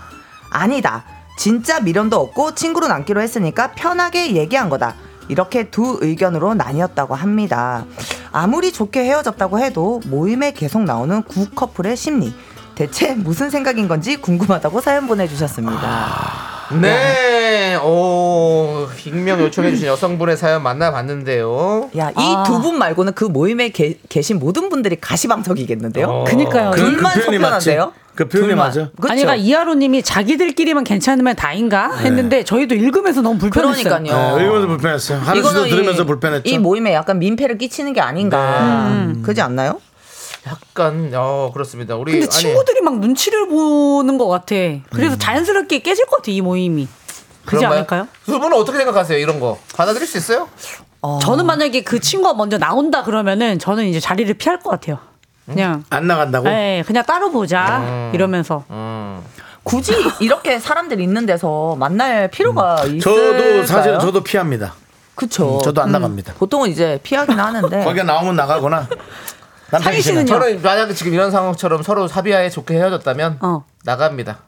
J: 아니다. 진짜 미련도 없고 친구로 남기로 했으니까 편하게 얘기한 거다. 이렇게 두 의견으로 나뉘었다고 합니다. 아무리 좋게 헤어졌다고 해도 모임에 계속 나오는 구 커플의 심리. 대체 무슨 생각인 건지 궁금하다고 사연 보내주셨습니다.
C: 네. 오, 익명 요청해 주신 여성분의 사연 만나 봤는데요.
J: 야, 이
K: 아.
J: 두 분 말고는 그 모임에 계, 계신 모든 분들이 가시방석이겠는데요?
C: 어. 그니까요. 그- 그
J: 둘만
B: 표현이 맞지.
J: 속편한데요?
B: 그 표현이 맞아.
C: 그렇죠.
J: 그쵸?
K: 아니, 그러니까 이하로님이 자기들끼리만 괜찮으면 다인가
C: 네.
K: 했는데 저희도 읽으면서 너무 불편했어요.
J: 그러니까요.
B: 네, 읽으면서 불편했어요. 하루 씨도
J: 이거는
B: 들으면서
J: 이-
B: 불편했죠. 네.
J: 이 모임에 약간 민폐를 끼치는 게 아닌가. 그지 않나요?
C: 약간 어 그렇습니다. 우리
K: 근데
C: 아니, 음.
K: 친구들이 막 눈치를 보는 것 같아. 그래서 자연스럽게 깨질 것 같아 이 모임이. 그지
C: 그런가요?
K: 않을까요?
C: 두 분은 어떻게 생각하세요? 이런 거 받아들일 수 있어요?
K: 저는 만약에 그 친구가 먼저 나온다 그러면은 저는 이제 자리를 피할 것 같아요.
C: 음?
K: 그냥
B: 안
C: 뭐?
B: 나간다고?
J: 아,
K: 네, 그냥 따로 보자
J: 음.
K: 이러면서.
J: 굳이 이렇게 사람들 있는 데서 만날 필요가 있을까요?
B: 음. 저도 사실은 저도 피합니다.
J: 그쵸.
B: 음, 저도 안
J: 음.
B: 나갑니다.
J: 보통은 이제 피하긴 하는데.
B: 거기가 나오면 나가거나. 남편이 싫으면.
C: 저는 만약에 지금 이런 상황처럼 서로 사비하에 좋게 헤어졌다면 나갑니다.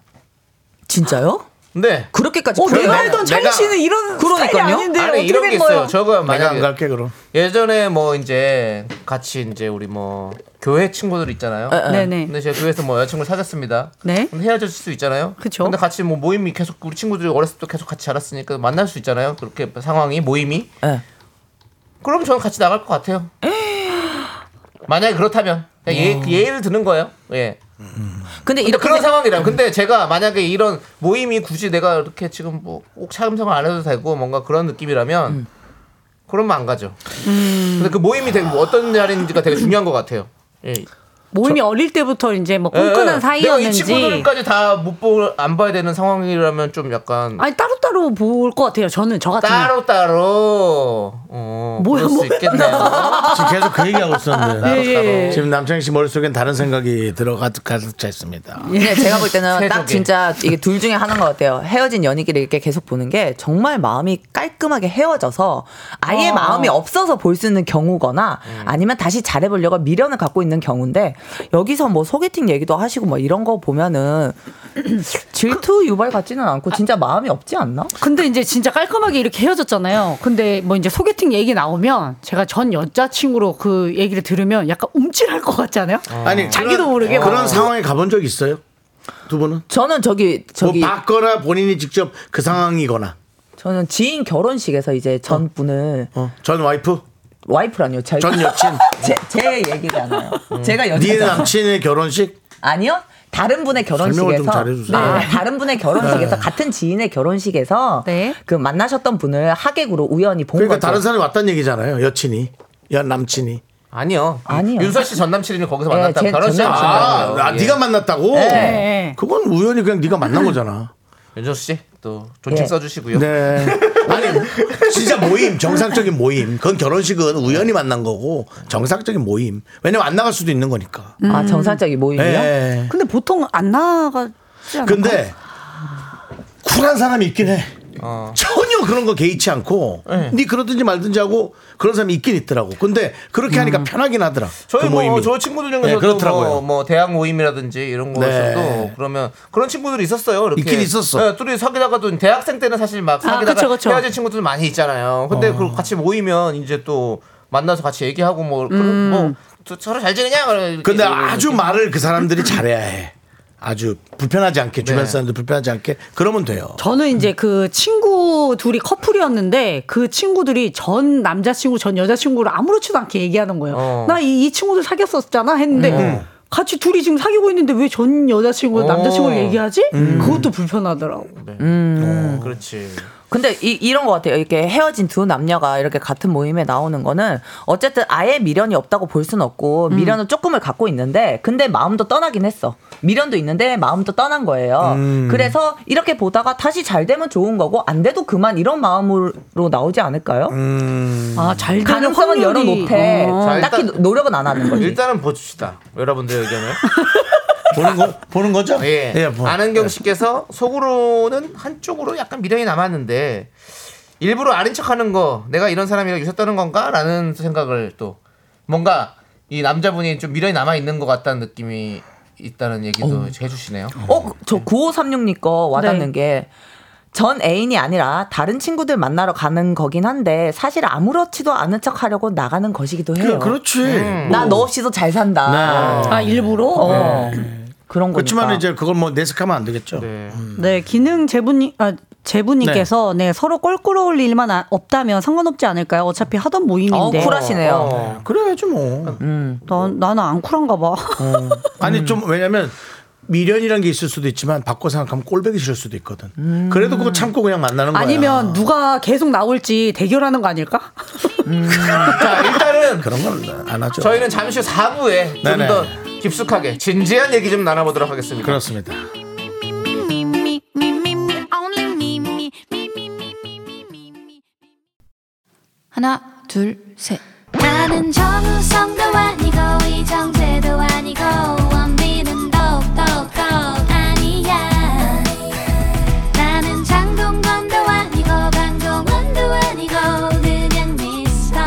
J: 진짜요?
C: 네.
J: 그렇게까지.
C: 어, 내가 알던 창희 씨는
K: 음.
J: 이런
C: 아니 이런 게 있어요. 저거
B: 내가 안
C: 만약에
B: 갈게 그럼.
C: 예전에 뭐 이제 같이 이제 우리 뭐 교회 친구들 있잖아요.
K: 에, 에. 네네.
C: 근데 제가 교회에서 뭐 여자친구를 사귀었습니다.
K: 네.
C: 그럼 헤어질 수 있잖아요. 그렇죠. 근데 같이 뭐 모임이 계속 우리 친구들이 어렸을 때 계속 같이 자랐으니까 만날 수 있잖아요. 그렇게 상황이 모임이.
J: 예.
C: 그럼 저는 같이 나갈 것 같아요. 만약에 그렇다면 그냥 예, 그 예의를 드는 거예요. 예.
J: 근데
C: 이런 그런 상황이라 근데 제가 만약에 이런 모임이 굳이 내가 이렇게 지금 뭐꼭 차근차근 안 해도 되고 뭔가 그런 느낌이라면 그러면 안 가죠. 근데 그 모임이 되게 뭐 어떤 자리인지가 되게 중요한 것 같아요. 예.
K: 모임이 어릴 때부터 이제 뭐
C: 예,
K: 끈끈한
C: 예. 내가 이
K: 사이였는지.
C: 친구들까지 다못안 봐야 되는 상황이라면 좀 약간
K: 아니 따로 따로 볼 것 같아요. 저는 저 같은.
C: 따로 따로. 어,
K: 뭐야,
C: 그럴 수
K: 뭐야.
C: 있겠네요.
B: 지금 계속 그 얘기하고 있었는데.
C: 따로, 예, 예.
B: 지금 남창희 씨 머릿속엔 다른 생각이 들어가 가득 차 있습니다.
J: 예, 제가 볼 때는
B: 세조개.
J: 딱 진짜 이게 둘 중에 하나인 것 같아요. 헤어진 연인끼리 이렇게 계속 보는 게 정말 마음이 깔끔하게 헤어져서 아예
K: 어.
J: 마음이 없어서 볼 수 있는 경우거나
B: 음.
J: 아니면 다시 잘해보려고 미련을 갖고 있는 경우인데 여기서 뭐 소개팅 얘기도 하시고 뭐 이런 거 보면은 질투 유발 같지는 않고 진짜 마음이 없지 않나?
K: 근데 이제 진짜 깔끔하게 이렇게 헤어졌잖아요. 근데 뭐 이제 소개팅 얘기 나오면 제가 전 여자친구로 그 얘기를 들으면 약간 움찔할 것 같지 않아요?
J: 음.
B: 아니
K: 자기도
B: 그런-
K: 모르게
B: 그런
J: 뭐.
K: 막.
B: 상황에 가본 적 있어요? 두 분은?
J: 저는 저기 저기
B: 뭐 받거나 본인이 직접 그 상황이거나.
J: 저는 지인 결혼식에서 이제 전 분을
B: 전 와이프?
J: 와이프라뇨. 제-
B: 어. 전 여친?
J: 제, 제 얘기잖아요. 제가 여자.
B: 네 남친의 결혼식?
J: 아니요. 다른 분의
B: 설명을 좀
J: 결혼식에서
B: 잘해주세요.
J: 아,
B: 네.
J: 다른 분의 결혼식에서
B: 네.
J: 같은 지인의 결혼식에서 그 만나셨던 분을 하객으로 우연히 본
B: 그러니까
J: 거죠.
B: 다른 사람이 왔다는 얘기잖아요. 여친이. 연 남친이.
C: 아니요.
J: 아니요.
C: 윤서 씨 전 남친이 거기서
B: 예,
C: 만났다고
B: 제-
C: 결혼식 예.
B: 전 남친이라고요. 아, 아, 네가 만났다고? 네. 그건 우연히 그냥 네가 만난 거잖아.
C: 윤정수 씨 또 존칭
B: 예.
C: 써주시고요.
B: 네. 아니 진짜 모임 정상적인 모임. 그건 결혼식은 우연히 만난 거고 정상적인 모임. 왜냐면 안 나갈 수도 있는 거니까.
J: 아, 정상적인 모임이요?
B: 예.
K: 음. 근데 보통 안 나가지 않을까?
B: 근데 쿨한 사람이 있긴 해.
C: 어.
B: 전혀 그런 거 개의치 않고 네. 그러든지 말든지 하고 그런 사람이 있긴 있더라고. 근데 그렇게 하니까 편하긴 하더라.
C: 저희
B: 그
C: 뭐
B: 모임이.
C: 저 친구들 중에서도
B: 네, 그렇더라고요.
C: 뭐, 뭐 대학 모임이라든지 이런
B: 네.
C: 거에서도 그러면 그런 친구들이 있었어요. 이렇게.
B: 있긴 있었어.
C: 네, 둘이 사귀다가도 대학생 때는 사실 막 사귀다가
B: 아, 그쵸, 그쵸.
C: 헤어진 친구들 많이 있잖아요.
B: 어.
C: 근데 그 같이 모이면 이제 또 만나서 같이 얘기하고 뭐, 그런-
B: 음.
C: 뭐 저- 서로 잘 지내냐? 이렇게
B: 근데
C: 이렇게.
B: 아주 말을 그 사람들이 잘해야 해. 아주 불편하지 않게 주변
K: 네.
B: 사람들 불편하지 않게 그러면 돼요.
K: 저는 이제 그 친구 둘이 커플이었는데 그 친구들이 전 남자친구 전 여자친구를 아무렇지도 않게 얘기하는 거예요.
B: 어.
K: 나 이 친구들 사귀었었잖아 했는데
B: 음.
K: 같이 둘이 지금 사귀고 있는데 왜 전 여자친구 남자친구를
J: 어.
K: 얘기하지?
J: 음.
K: 그것도 불편하더라고.
B: 네. 어.
J: 음.
C: 그렇지.
J: 근데 이, 이런 것 같아요. 이렇게 헤어진 두 남녀가 이렇게 같은 모임에 나오는 거는 어쨌든 아예 미련이 없다고 볼 수는 없고 미련을 조금을 갖고 있는데 근데 마음도 떠나긴 했어. 미련도 있는데 마음도 떠난 거예요.
L: 음.
J: 그래서 이렇게 보다가 다시 잘 되면 좋은 거고 안 돼도 그만 이런 마음으로 나오지 않을까요?
K: 아, 잘 되는
J: 음. 가능성은
K: 확률이-
J: 열어놓되
C: 어. 자,
J: 딱히
C: 일단-
J: 노력은 안 하는 거지.
C: 일단은 보십시다. 여러분들 의견을.
B: 보는 거 보는 거죠?
C: 예.
B: 예, 뭐.
C: 안은경 씨께서 속으로는 한쪽으로 약간 미련이 남았는데 일부러 아닌 척하는 거 내가 이런 사람이랑 유셨다는 건가라는 생각을 또 뭔가 이 남자분이 좀 미련이 남아 있는 것 같다는 느낌이 있다는 얘기도 해주시네요.
J: 어, 저 9536님 거 와닿는 게 전 애인이 아니라 다른 친구들 만나러 가는 거긴 한데 사실 아무렇지도 않은 척 하려고 나가는 것이기도 해요.
B: 그- 그렇지. 음.
J: 나 너
B: 뭐.
J: 없이도 잘 산다.
B: 네. 아,
K: 일부러?
J: 어. 그런 거니까.
B: 그렇지만 이제 그걸 뭐 내색하면 안 되겠죠.
K: 네, 기능 제부님, 아, 제부님께서 네. 서로 껄끄러울 일만 아- 없다면 상관없지 않을까요? 어차피 하던
B: 뭐,
K: 모임인데.
B: 어.
C: 어.
K: 어,
B: 그래야지 뭐.
K: 난, 나는 안 쿨한가 봐.
B: 아니 좀 왜냐면 미련이란 게 있을 수도 있지만 바꿔 생각하면 꼴배기 싫을 수도 있거든. 그래도 그거 참고 그냥 만나는 거야.
K: 아니면 누가 계속 나올지 대결하는 거 아닐까?
B: 자, 일단은
C: 저희는
B: 그런 건 안 하죠.
C: 저희는 잠시 후 4부에 좀
B: 네네.
C: 더 깊숙하게 진지한 얘기 좀 나눠보도록 하겠습니다.
B: 그렇습니다.
L: 하나, 둘, 셋.
F: 나는 정우성도 아니고 이정재도 아니고 원빈은 더욱더 아니야 나는 장동건도 아니고 강동원도 아니고 그냥 미스터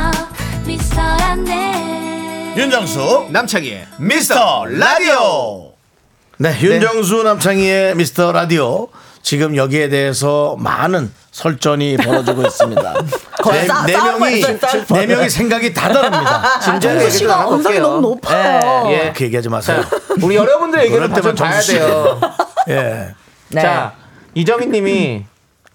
F: 미스터란데
B: 윤정수
C: 남창희의 미스터 라디오
B: 네, 윤정수 남창희의 미스터 라디오 지금 여기에 대해서 많은 설전이 벌어지고 있습니다.
C: 거의
B: 네,
C: 싸-
B: 네
C: 싸우고
B: 명이
C: 있어요, 싸우고
B: 네
C: 있어요.
B: 명이 생각이 다 다릅니다.
C: 진짜 얘기도 씨가 안 언성이 해볼게요. 너무 높아요. 예.
B: 그렇게 얘기하지 마세요.
C: 네. 우리 여러분들 의견을
B: 그럴 때만
C: 좀 봐야
B: 정수 씨.
C: 돼요.
B: 예.
K: 네.
C: 자, 이정희님이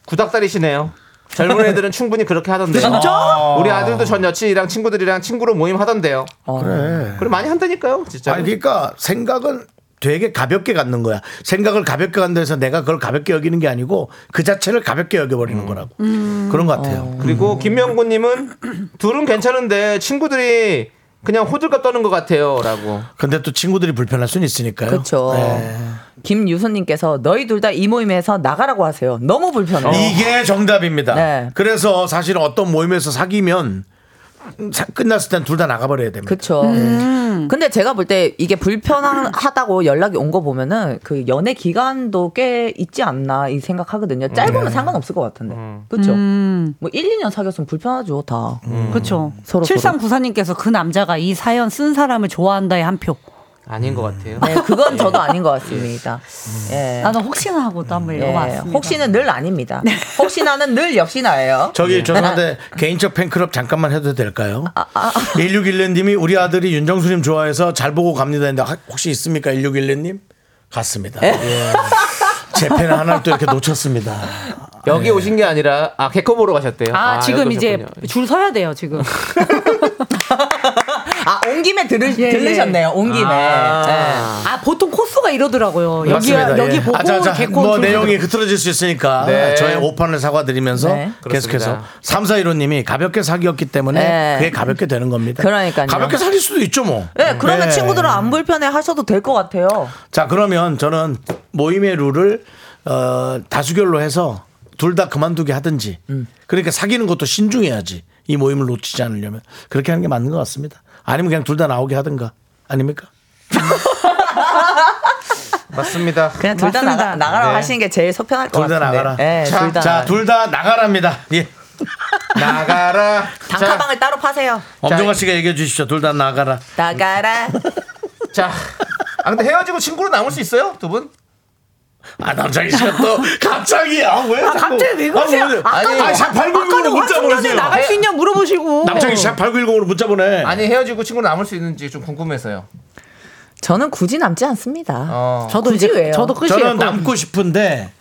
C: 구닥다리시네요. 젊은 애들은 충분히 그렇게 하던데.
K: 아,
B: 진짜?
C: 우리 아들도 전 여친이랑 친구들이랑 친구로 모임 하던데요.
B: 그래.
C: 그럼 많이 한다니까요, 진짜.
B: 네. 아니 그러니까 생각을 되게 가볍게 갖는 거야. 생각을 가볍게 갖는 데서 내가 그걸 가볍게 여기는 게 아니고 그 자체를 가볍게 여겨버리는
C: 음.
B: 거라고. 그런 것 같아요.
C: 그리고 김명구님은 둘은 괜찮은데 친구들이 그냥 호들갑 떠는 것 같아요라고.
B: 근데 또 친구들이 불편할 수는 있으니까요.
J: 그렇죠.
B: 네.
J: 김유선님께서 너희 둘 다 이 모임에서 나가라고 하세요. 너무 불편해요.
B: 이게 정답입니다.
J: 네.
B: 그래서 사실 어떤 모임에서 사귀면 사- 끝났을 땐 둘 다 나가버려야 됩니다.
J: 그렇죠.
K: 음.
J: 근데 제가 볼 때 이게 불편하다고 연락이 온 거 보면은 그 연애 기간도 꽤 있지 않나 이
B: 음.
J: 생각하거든요. 짧으면
K: 네.
J: 상관없을 것 같은데. 그렇죠.
K: 음.
J: 뭐 1, 2년 사귀었으면 불편하죠, 다.
B: 음.
K: 그렇죠.
J: 서로
K: 7394님께서 그 남자가 이 사연 쓴 사람을 좋아한다의 한 표.
C: 아닌 것 같아요.
J: 네,
B: 예.
J: 그건 저도 아닌 것 같습니다. 예.
K: 나는 혹시나 하고 또 한번
J: 예.
K: 읽어봤습니다. 네.
J: 혹시는 늘 아닙니다. 혹시나는 늘 역시나예요. 아,
B: 저기 죄송한데 개인적 팬클럽 잠깐만 해도 될까요? 1611님이 우리 아들이 윤정수님 좋아해서 잘 보고 갑니다 했는데 하- 혹시 있습니까 1611님? 갔습니다. 예. 제팬 하나를 또 이렇게 놓쳤습니다.
C: 여기 오신 게 아니라 아 개코 보러 가셨대요.
K: 아, 지금
C: 여기
K: 이제
C: 오셨군요.
K: 줄 서야 돼요, 지금.
J: 아, 온 김에 들으,
K: 예, 예.
J: 들으셨네요. 온 김에.
K: 아,
J: 예.
K: 보통 코스가 이러더라고요. 여기,
B: 맞습니다.
K: 여기
B: 예.
K: 보고
B: 아, 자, 자,
K: 개콘
B: 뭐
K: 줄
B: 내용이
K: 서고.
B: 흐트러질 수 있으니까
C: 네.
B: 저의 오판을 사과드리면서
C: 네.
B: 계속해서
C: 그렇습니다.
B: 3415님이 가볍게 사귀었기 때문에
J: 네.
B: 그게 가볍게 되는 겁니다.
J: 그러니까요.
B: 가볍게 사귈 수도 있죠 뭐.
J: 네,
B: 네.
J: 그러면 친구들은 안 불편해 하셔도 될 것 같아요.
B: 자 그러면 저는 모임의 룰을 어, 다수결로 해서 둘 다 그만두게 하든지 그러니까 사귀는 것도 신중해야지 이 모임을 놓치지 않으려면 그렇게 하는 게 맞는 것 같습니다 아니면 그냥 둘 다 나오게 하든가 아닙니까
C: 맞습니다
J: 그냥 둘 다 나가, 나가라고 하시는 게 제일 서편할 것
B: 네. 둘 다
J: 같은데.
B: 나가라
J: 예,
B: 자,
J: 둘 다
B: 자,
J: 나가라.
B: 둘 다 나가랍니다 예 나가라
J: 단카방을 따로 파세요.
B: 엄정화 씨가 얘기해 주십시오 둘 다 나가라
J: 나가라.
C: 자, 아 근데 헤어지고 친구로 남을 수 있어요 두 분?
B: 아 남자기 씨가 또 갑자기 아왜
K: 아, 갑자기 왜 그러세요? 아까도-
B: 아니
K: 아까도
B: 890으로 문자
K: 화순간에
B: 보내세요 네.
K: 나갈 수 있냐 물어보시고.
B: 남창희 씨 8910으로 문자 보내.
C: 아니 헤어지고 친구로 남을 수 있는지 좀 궁금해서요.
J: 저는 굳이 남지 않습니다.
K: 저도
J: 굳이
K: 이제-
J: 왜요?
K: 저도
B: 저는 남고 싶은데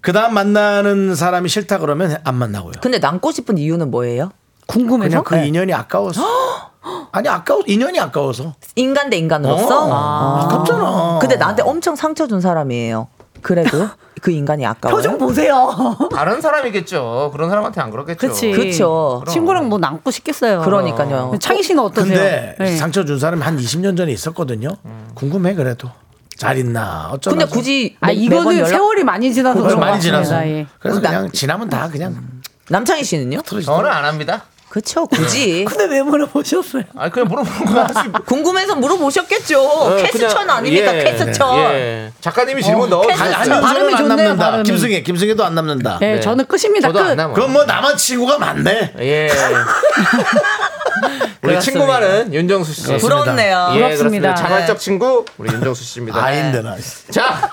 B: 그 다음 만나는 사람이 싫다 그러면 안 만나고요.
J: 근데 남고 싶은 이유는 뭐예요?
B: 그냥
K: 궁금해서?
I: 네.
B: 그 인연이 아까워서. 아니 아까워 인연이 아까워서.
J: 인간 대 인간으로서?
B: 어,
J: 아.
B: 아깝잖아.
J: 근데 나한테 엄청 상처 준 사람이에요. 그래도 그 인간이 아까워요.
K: 표정 보세요.
C: 다른 사람이겠죠. 그런 사람한테 안 그렇겠죠.
K: 그치.
J: 그쵸.
K: 친구랑 뭐 남고 싶겠어요.
J: 그러니까요.
K: 창희 씨는 어떠세요?
B: 근데
K: 네.
B: 상처 준 사람이 한 20년 전에 있었거든요. 궁금해 그래도 잘 있나 어쩌나.
J: 근데 굳이
K: 아,
J: 매-
K: 이거는
J: 매번 연락-
K: 세월이 많이 지나서
B: 그걸
K: 그런
B: 많이
K: 것 같습니다.
B: 지나서.
K: 예.
B: 그래서
J: 나-
B: 그냥 지나면 다 그냥
J: 남창희 씨는요?
B: 틀어지죠.
C: 저는 안 합니다.
J: 그쵸 굳이
K: 근데 왜 물어보셨어요?
C: 아 그냥 물어보는 거 하지. 뭐.
J: 궁금해서 물어보셨겠죠. 캐스천 아닙니까?
C: 예,
J: 캐스천.
C: 예. 작가님이 질문 넣어.
J: 캐스천.
B: 한-
J: 발음이
B: 한윤서는 안
K: 좋네요,
B: 남는다.
K: 발음이.
B: 김승혜 김승혜도 안 남는다.
K: 네,
C: 네.
K: 저는 끝입니다.
C: 저도
K: 끝.
C: 안 남아.
B: 그럼 뭐 나만 친구가 많네.
C: 예. 우리 친구 말은 윤정수 씨.
B: 그렇습니다.
J: 부럽네요.
C: 예, 그렇습니다.
K: 부럽습니다.
C: 자발적 친구 우리 윤정수 씨입니다.
B: 아인데 예. 나.
C: 자,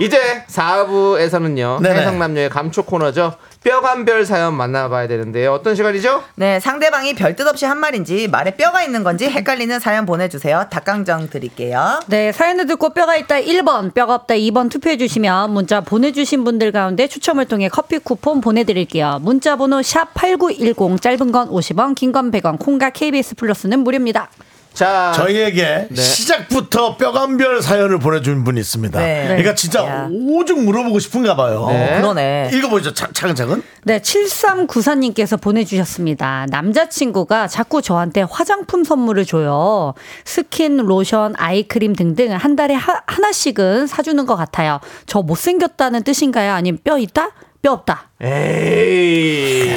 C: 이제 4부에서는요.
B: 네네.
C: 해성남녀의 감초 코너죠. 뼈간별 사연 만나봐야 되는데요. 어떤 시간이죠?
J: 네, 상대방이 별뜻 없이 한 말인지 말에 뼈가 있는 건지 헷갈리는 사연 보내주세요. 닭강정 드릴게요.
I: 네, 사연을 듣고 뼈가 있다 1번, 뼈가 없다 2번 투표해 주시면 문자 보내주신 분들 가운데 추첨을 통해 커피 쿠폰 보내드릴게요. 문자 번호 샵 8910, 짧은 건 50원, 긴 건 100원, 콩과 KBS 플러스는 무료입니다.
C: 자,
B: 저희에게
C: 아, 네.
B: 시작부터 뼈감별 사연을 보내준 분이 있습니다.
I: 네.
B: 그러니까 진짜 오죽 물어보고 싶은가 봐요.
I: 네. 그러네.
B: 읽어보죠. 차- 차근차근.
I: 네, 7394님께서 보내주셨습니다. 남자친구가 자꾸 저한테 화장품 선물을 줘요. 스킨, 로션, 아이크림 등등 한 달에 하, 나씩은 사주는 것 같아요. 저 못생겼다는 뜻인가요? 아니면 뼈 있다? 뼈 없다?
C: 에이.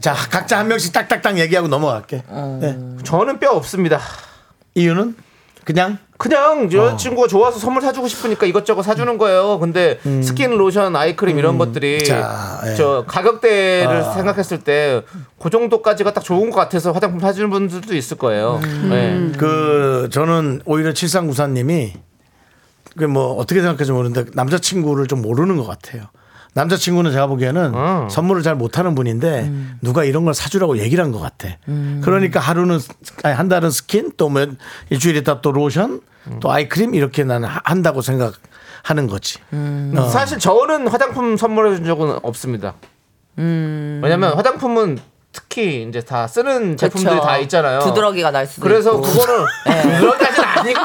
B: 자, 각자 한 명씩 딱딱딱 얘기하고 넘어갈게. 네.
C: 저는 뼈 없습니다.
B: 이유는? 그냥?
C: 그냥
B: 어.
C: 여자친구가 좋아서 선물 사주고 싶으니까 이것저것 사주는 거예요. 근데 스킨, 로션, 아이크림 이런 것들이
B: 음. 자, 예.
C: 저 가격대를
B: 아.
C: 생각했을 때 그 정도까지가 딱 좋은 것 같아서 화장품 사주는 분들도 있을 거예요.
B: 음.
C: 네.
B: 그 저는 오히려 7394님이 그 뭐 어떻게 생각할지 모르는데 남자친구를 좀 모르는 것 같아요. 남자친구는 제가 보기에는 선물을 잘 못하는 분인데
C: 음.
B: 누가 이런 걸 사주라고 얘기를 한 것 같아. 그러니까 하루는 스- 아니 한 달은 스킨 또 몇 일주일 있다 또 로션 또 아이크림 이렇게 나는 하- 한다고 생각하는 거지.
C: 음.
B: 어.
C: 사실 저는 화장품 선물해 준 적은 없습니다.
J: 음.
C: 왜냐면 화장품은 특히 이제 다 쓰는 제품들이 다 있잖아요.
J: 두드러기가 날 수도
C: 그래서
J: 있고. 네.
C: 그거를 두드러기까지는 아니고.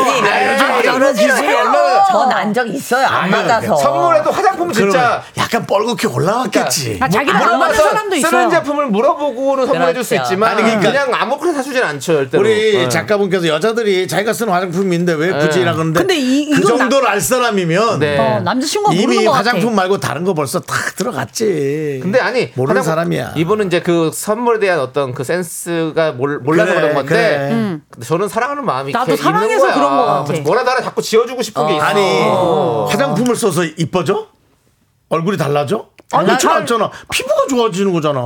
J: 아, 저런 기술이 얼마나 전안적 있어요. 안 맞아서.
C: 선물해도 화장품 진짜
B: 약간 뻘겋게 올라왔겠지.
C: 아, 자기는
B: 뭐,
C: 안 맞는
B: 물어봐서
C: 사람도 쓰는 제품을 물어보고는 선물해 줄 수
B: 그렇죠.
C: 있지만
B: 아니,
C: 아니,
B: 그러니까-
C: 그냥 아무거나 사주진 않죠, 절대로.
B: 우리
C: 네.
B: 작가분께서 여자들이 자기가 쓰는 화장품인데 왜 굳이
C: 네.
B: 이라 그러는데
C: 근데 이-
B: 그
C: 이건
B: 정도를
C: 남-
B: 알 사람이면
C: 네. 어, 남자친구가 모르는
B: 이미
C: 것 같아.
B: 화장품 말고 다른 거 벌써 다 들어갔지.
C: 근데 아니
B: 예. 모르는
C: 화장품-
B: 사람이야.
C: 이분은 이제 그 선물에 대한 어떤 그 센스가 몰, 몰라서
B: 그래,
C: 그런 건데
B: 그래. 음.
C: 근데 저는 사랑하는 마음이
B: 나도
C: 이렇게 있는
B: 사랑해서
C: 거야.
B: 그런 것 같아.
C: 뭐라 나를 자꾸 지어주고 싶은 게 있어.
B: 아니 화장품을 써서 이뻐져? 얼굴이 달라져?
C: 아니,
B: 그렇지
C: 난-
B: 않잖아. 피부가 좋아지는 거잖아.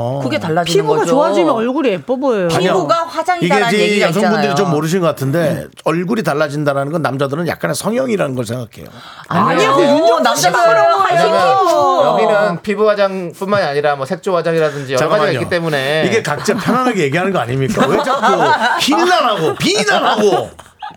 K: 피부가 좋아지면 얼굴이 예뻐 보여요.
B: 아니요. 이게 이제 여성분들이 좀 모르시는 것 같은데 얼굴이 달라진다라는 건 남자들은 약간의 성형이라는 걸 생각해요.
C: 아니요,
K: 그
J: 아니요. 윤정수 남자가 씨가 그런 거예요. 피부.
C: 여기는 피부 화장뿐만이 아니라 뭐 색조 화장이라든지 여러 가지가
B: 잠깐만요.
C: 있기 때문에
B: 이게 각자 편안하게 얘기하는 거 아닙니까? 왜 자꾸 힐난하고 비난하고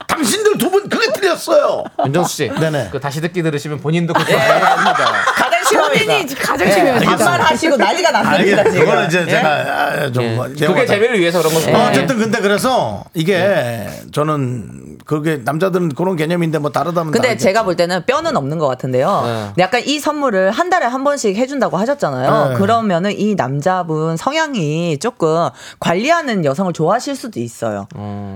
B: 당신들 두 분 그게 틀렸어요.
C: 윤정수 씨,
B: 네네.
C: 그 다시 듣기 들으시면 본인도 그렇게 합니다.
J: 가장
C: 싫어합니다.
J: 예,
C: 싫어해요, 진짜.
J: 반말하시고 난리가 났습니다.
B: 알겠어요.
J: 지금.
B: 그거는 이제
J: 예?
B: 제가 아, 좀
C: 예.
B: 뭐
C: 그게
B: 제가
C: 재미를 위해서 그런
J: 그렇죠.
C: 거죠.
B: 어,
J: 네.
B: 어쨌든 근데 그래서 이게 저는 그게 남자들은 그런 개념인데 뭐 다르다면
J: 근데
B: 다르겠죠.
J: 제가 볼 때는 뼈는 없는 것 같은데요. 근데 약간 이 선물을 한 달에 한 번씩 해준다고 하셨잖아요.
B: 네.
J: 그러면은 이 남자분 성향이 조금 관리하는 여성을 좋아하실 수도 있어요.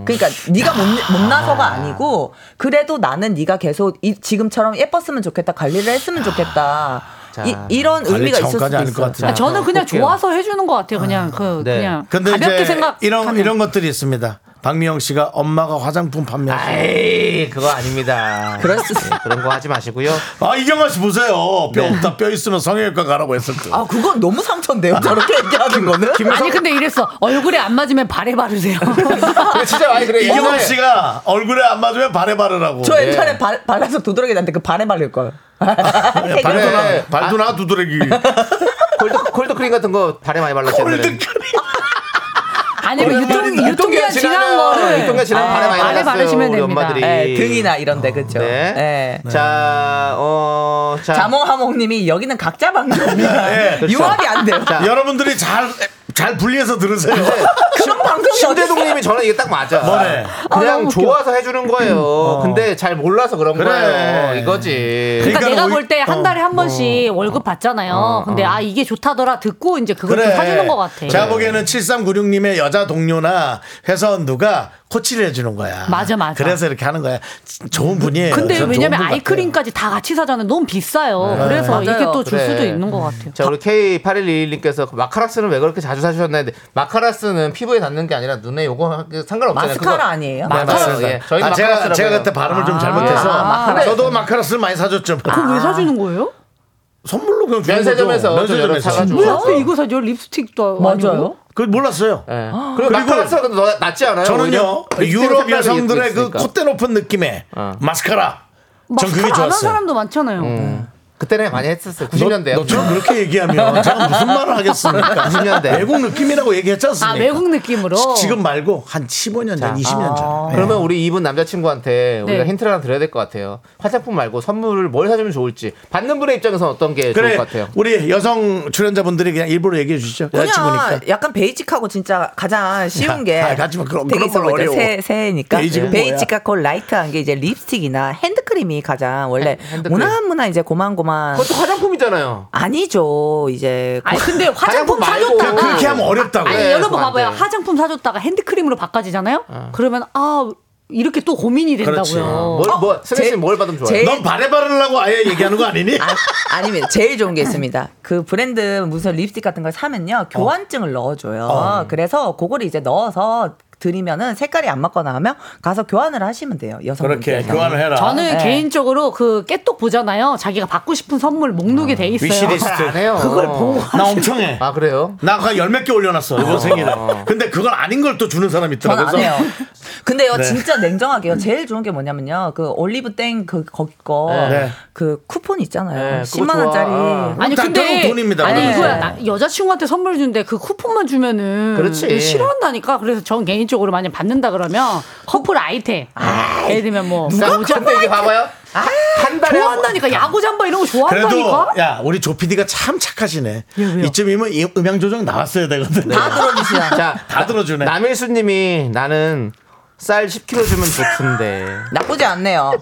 J: 그러니까 네가 못, 못나서가 아니고 그래도 나는 네가 계속 이- 지금처럼 예뻤으면 좋겠다, 관리를 했으면 좋겠다. 이, 런
B: 관리
J: 의미가 있을 수도
B: 차원까지
J: 있어요.
B: 아닐 것 같은데.
K: 아, 저는
B: 볼게요.
K: 그냥
B: 네.
K: 좋아서 해주는 것 같아요. 그냥 그 그냥
B: 근데
K: 가볍게
B: 이제
K: 생각.
B: 이런 이런 것들이 있습니다. 박미영 씨가 엄마가 화장품 판매하시는
C: 에이 네, 그거 아닙니다. 그럴 수 그런 거 하지 마시고요.
B: 아 이경아 씨 보세요. 뼈 없다 뼈 있으면 성형외과 가라고 했을 때.
J: 네. 아 그건 너무 상처인데요. 저렇게 얘기하는 거는.
K: 아니 근데 이랬어 얼굴에 안 맞으면 발에 바르세요.
C: 진짜 많이 그래요. 네.
B: 이경아
J: 옛날에-
B: 씨가 얼굴에 안 맞으면 발에 바르라고. 네.
J: 저 옛날에 발, 발라서 도드러기 났는데 그 발에 바를 걸.
B: 예, 발도 나 발도
J: 아.
B: 나 두드러기.
C: 골드 골드크림 같은 거 발에 많이 발랐잖아요 골드크림.
K: 아니 그 유통 유통기한 지난 거를
C: 유통기한 지난
J: 아,
C: 발에 많이
J: 발에
C: 발랐어요.
J: 바르시면
C: 우리
J: 됩니다.
C: 엄마들이
J: 예, 등이나 이런데 그죠. 예.
C: 네. 자, 어, 자.
J: 자몽하몽님이 여기는 각자 방송입니다.
C: 그렇죠.
J: 융합이 안 돼요.
C: 자.
B: 여러분들이 잘 잘 분리해서 들으세요.
J: 아, 네. 그런 방송이
C: 신대동님이 저는 이게 딱 맞아.
B: 뭐래? 음.
J: 아,
C: 그냥
J: 너무 웃겨.
C: 좋아서 해주는 거예요. 근데 잘 몰라서 그런
B: 그래.
C: 거예요. 이거지.
K: 그러니까, 내가
C: 오히-
K: 볼 때 한 달에 한 번씩 월급 받잖아요. 근데 아 이게 좋다더라 듣고 이제 어. 그걸 또 사주는 것 같아.
B: 제가 보기에는 7396님의 여자 동료나 회사원 누가 코치를 해주는 거야.
K: 맞아, 맞아.
B: 그래서 이렇게 하는 거야. 진- 좋은 분이에요.
K: 근데
B: 전 좋은
K: 왜냐면
B: 분 같아요.
K: 아이크림까지 다 같이 사잖아요. 너무 비싸요.
C: 네.
K: 그래서 이게 또 줄
C: 그래.
K: 수도 있는 것 같아요.
C: 자, 우리 K8121님께서 마카라스는 왜 그렇게 자주 사주셨나 했는데 마카라스는 피부에 닿는 게 아니라 눈에 요거 상관없잖아요.
J: 마스카라
C: 그거- 네,
J: 아니에요?
B: 맞습니다.
C: 맞아요. 예. 저희는
B: 아, 제가,
C: 마카라스라고
B: 제가
C: 해요.
B: 그때 발음을 좀
C: 아,
B: 잘못해서
C: 예. 아, 마카라스.
B: 저도 마카라스를 많이 사줬죠.
K: 그걸 왜 사주는 거예요?
B: 선물로 그냥 주는
C: 면세점에서
B: 거죠.
C: 좀
B: 면세점에서
C: 사가지고.
K: 왜 하필 이거 사줘? 립스틱도 아니고.
B: 그 몰랐어요.
C: 예.
J: 아,
K: 아.
C: 그리고 마카라스가 근데 너- 낫지 않아요?
B: 저는요
C: 오히려?
B: 유럽
C: 색깔이
B: 여성들의 그
C: 예쁘니까. 어.
B: 콧대 높은 느낌의 마스카라. 전 그게
K: 마스카라 안 한
B: 좋았어요.
J: 음.
K: 사람도 많잖아요.
C: 네. 그때는 많이 했었어요. 90년대.
B: 음. 너, 너처럼 그렇게 얘기하면 제가 무슨 말을 하겠습니까?
C: 90년대.
B: 외국 느낌이라고 얘기했지 않습니까?
K: 아, 외국 느낌으로.
B: 지금 말고 한 15년 전, 20년 전.
K: 아.
B: 예.
C: 그러면 우리 이분 남자친구한테 우리가
B: 네.
C: 힌트를 하나 드려야 될 것 같아요. 화장품 말고 선물을 뭘 사주면 좋을지 받는 분의 입장에서 어떤 게
B: 그래,
C: 좋을 것 같아요.
B: 우리 여성 출연자분들이 그냥 일부러 얘기해 주시죠.
J: 그냥
B: 여자친구니까.
J: 약간 베이직하고 진짜 가장 쉬운 게
B: 아, 하지만 그런-
J: 되게
B: 그런
J: 있어
B: 건
J: 보이죠.
B: 어려워.
J: 새, 새해니까
B: 베이직은
J: 베이직과 그 라이트한 게 이제 립스틱이나 핸드크림이 가장 원래 무난무난 이제 고만고만
C: 그것도 화장품이잖아요.
J: 아니죠 이제
K: 아니 근데 화장품
J: 뭐 말고.
K: 사줬다가
J: 그렇게 하면 어렵다고.
K: 아. 아니
J: 네,
K: 여러분
J: 그럼 안
K: 봐봐요.
J: 돼. 어.
K: 화장품 사줬다가 핸드크림으로 바꿔지잖아요. 그러면 아 이렇게 또 고민이
B: 그렇지.
K: 된다고요.
C: 뭘- 뭐, 스레 씨는 뭘 받으면
J: 제일-
B: 넌 발에 바르려고 아예 얘기하는 거 아니니?
J: 아, 니면 제일 좋은 게 있습니다. 그 브랜드 무슨 립스틱 같은 걸
B: 어.
J: 사면요 교환증을 넣어줘요.
K: 어.
J: 그래서 그거를 이제 넣어서 드리면은 색깔이 안 맞거나 하면 가서 교환을 하시면 돼요. 여성분들
B: 그렇게 교환을 해라.
K: 네,
J: 네.
K: 저는 개인적으로 그 깨똑 보잖아요. 자기가 받고 싶은 선물 목록이 돼 있어요.
B: 위시리스트.
K: 그걸 보고
B: 나 엄청해.
C: 아 그래요?
B: 나 그냥 열몇 개 올려놨어 이번
C: 아.
J: 어.
B: 생일에. 근데 그걸 아닌 걸 또 주는 사람이
J: 전
B: 있더라고.
J: 안 해요. 근데요,
B: 네.
J: 진짜 냉정하게요. 제일 좋은 게 뭐냐면요. 그 올리브 땡, 그, 거기 거,
B: 네.
J: 그 쿠폰 있잖아요.
B: 네, 그거
J: 10만원짜리.
B: 좋아.
K: 아니 근데 아니
J: 네.
K: 이거야 나- 여자친구한테 선물 주는데 그 쿠폰만 주면은
J: 그렇지.
K: 이거 싫어한다니까 그래서 전 개인적으로 만약 받는다 그러면 커플 아이템 예를 들면 뭐
C: 누가
K: 야구장
C: 근데 이게
K: 아이템.
C: 봐봐요. 한 달에 한
K: 좋아한다니까 야구 잠바 이런 거
B: 그래도
K: 좋아한다니까
B: 야 우리 조 PD가 참 착하시네. 이쯤이면 이- 음향 조정 나왔어야 되거든.
K: 네.
C: 자,
B: 다 들어주네.
C: 남일수님이 나는 쌀 10kg 주면 좋던데.
J: 나쁘지 않네요.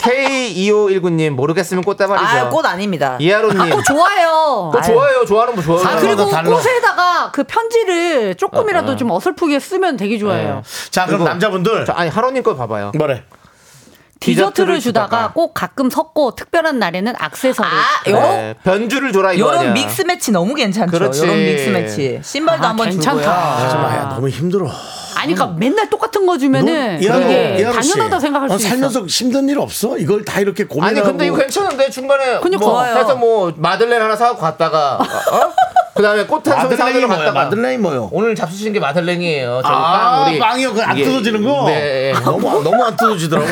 C: K2519님 모르겠으면 꽃다발이죠.
J: 아, 꽃 아닙니다.
C: 이하로님.
K: 아, 꽃 좋아해요.
C: 꽃 좋아해요. 좋아하는 거 좋아해요. 네.
K: 아 그리고 꽃에다가 그 편지를 조금이라도 좀 어설프게 쓰면 되게
C: 네.
K: 좋아해요.
B: 자 그럼 남자분들.
C: 아니 하로님 거 봐봐요.
B: 뭐래?
K: 디저트를 주다가 꼭 가끔 섞고 특별한 날에는 악세서리.
C: 네, 변주를 줘라 이거
J: 요런
C: 아니야.
J: 믹스 매치 너무 괜찮죠.
C: 그렇지.
J: 요런 믹스 매치. 신발도
K: 아,
J: 한번
K: 괜찮다.
J: 주고요.
B: 하지 마. 아, 야, 너무 힘들어.
K: 아니 그러니까 맨날 똑같은 거 주면은 그
B: 이하로,
K: 이게
B: 이하로 씨.
K: 네. 당연하다 생각할
B: 넌
K: 수 있어.
B: 살면서 힘든 일 없어? 이걸 다 이렇게 고민하고.
C: 아니 근데 이거 괜찮은데 중간에
K: 그냥
C: 뭐
K: 좋아요.
C: 해서 뭐 마들렌 하나 사고 갔다가 어? 그다음에 꽃 한 송이
B: 마들렌이
C: 사들러
B: 뭐야?
C: 갔다가
B: 마들렌이 뭐요?
C: 오늘 잡수신 게 마들렌이에요. 저기
B: 아,
C: 빵 우리
B: 빵이요? 그거 안
C: 이게-
B: 뜯어지는 거?
C: 네.
B: 너무 너무 안 뜯어지더라고.